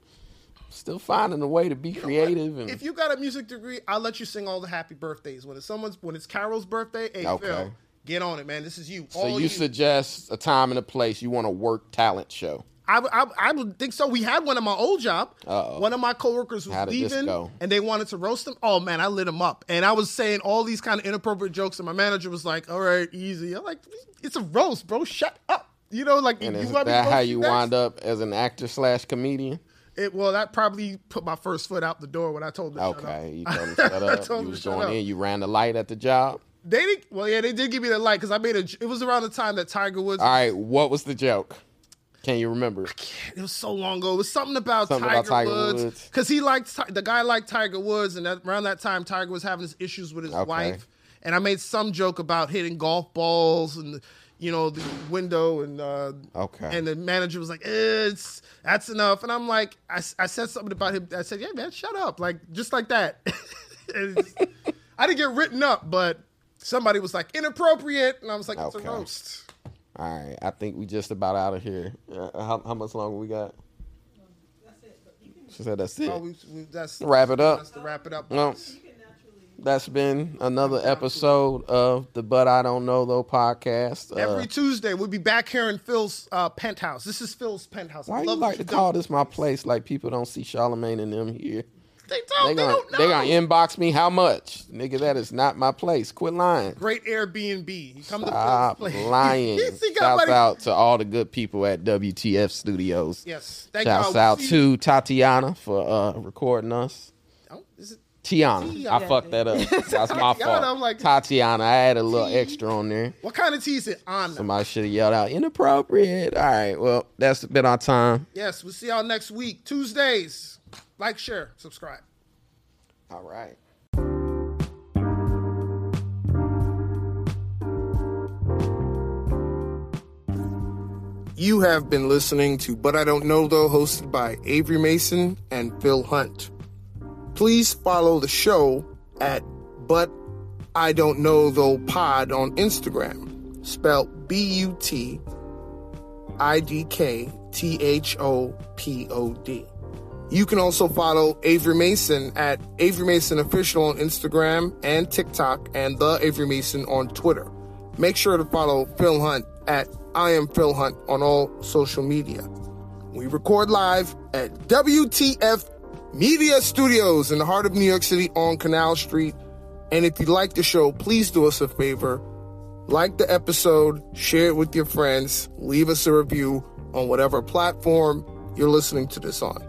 A: Still finding a way to be creative and
B: If you got a music degree, I'll let you sing all the happy birthdays. When it's someone's when it's Carol's birthday, hey
A: Okay.
B: Phil, get on it, man. This is you.
A: so
B: all
A: you,
B: you.
A: suggest a time and a place you want to work talent show.
B: I, would- I, would- I would think so. We had one at my old job.
A: Uh-oh.
B: One of my coworkers was
A: How did this
B: leaving,
A: go?
B: and they wanted to roast him. Oh man, I lit him up, and I was saying all these kind of inappropriate jokes, and my manager was like, "All right, easy." I'm like, "It's a roast, bro. Shut up." You know, like
A: And
B: you
A: is
B: rub
A: that how
B: emotion
A: you
B: next?
A: wind up as an actor slash comedian?
B: It, well, that probably put my first foot out the door when I told them. to shut up.
A: Okay, you told him to shut
B: I
A: up.
B: told
A: you
B: him to
A: was
B: shut
A: going
B: up.
A: in. You ran the light at the job.
B: They did. Well, yeah, they did give me the light because I made a. j- It was around the time that Tiger Woods.
A: All right, what was the joke? Can you remember?
B: It was so long ago. It was something about
A: Something
B: Tiger,
A: about Tiger
B: Woods
A: Woods.
B: because he liked Ti- the guy liked Tiger Woods, and that, around that time Tiger was having his issues with his
A: Okay.
B: wife. And I made some joke about hitting golf balls and you know the window and uh,
A: Okay.
B: And the manager was like, eh, "It's that's enough." And I'm like, I, s- I said something about him. I said, "Yeah, man, shut up!" Like just like that. And it's- I didn't get written up, but somebody was like inappropriate, and I was like, "It's
A: Okay.
B: a roast."
A: All right, I think we just about out of here. Uh, how, how much longer we got? She said that's it.
B: Oh, we, we, that's
A: Wrap it up.
B: that's to wrap it up.
A: Well, that's been another episode of the But I Don't Know Though podcast. Uh,
B: Every Tuesday, we'll be back here in Phil's uh, penthouse. This is Phil's penthouse.
A: why
B: I
A: you
B: love
A: like
B: what
A: to
B: you
A: call
B: do.
A: this my place? Like people don't see Charlemagne and them here.
B: They don't.
A: They
B: They,
A: gonna
B: don't know.
A: they gonna inbox me how much, nigga? That is not my place. Quit lying.
B: Great Airbnb. You come
A: Stop
B: to Phil's place.
A: lying.
B: Yes, he got
A: Shouts
B: money.
A: out to all the good people at WTF Studios.
B: Yes. Thank
A: Shouts
B: y'all.
A: out
B: See-
A: to Tatiana for uh, recording us.
B: Oh, is it?
A: Tiana. I
B: Tiana.
A: fucked that up. That's my fault.
B: Tatiana, I'm like-
A: Tatiana. I had a little extra on there.
B: What kind of tea is it? Anna.
A: Somebody should have yelled out inappropriate. All right. Well, that's been our time.
B: Yes. We'll see y'all next week. Tuesdays. Like, share, subscribe.
A: All right.
B: You have been listening to But I Don't Know Though, hosted by Avery Mason and Phil Hunt. Please follow the show at But I Don't Know Though Pod on Instagram, spelled B U T I D K T H O P O D. You can also follow Avery Mason at Avery Mason Official on Instagram and TikTok and The Avery Mason on Twitter. Make sure to follow Phil Hunt at I Am Phil Hunt on all social media. We record live at WTF Media Studios in the heart of New York City on Canal Street. And if you like the show, please do us a favor like the episode, share it with your friends, leave us a review on whatever platform you're listening to this on.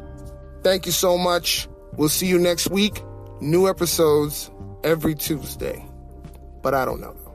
B: Thank you so much. We'll see you next week. New episodes every Tuesday. But I don't know.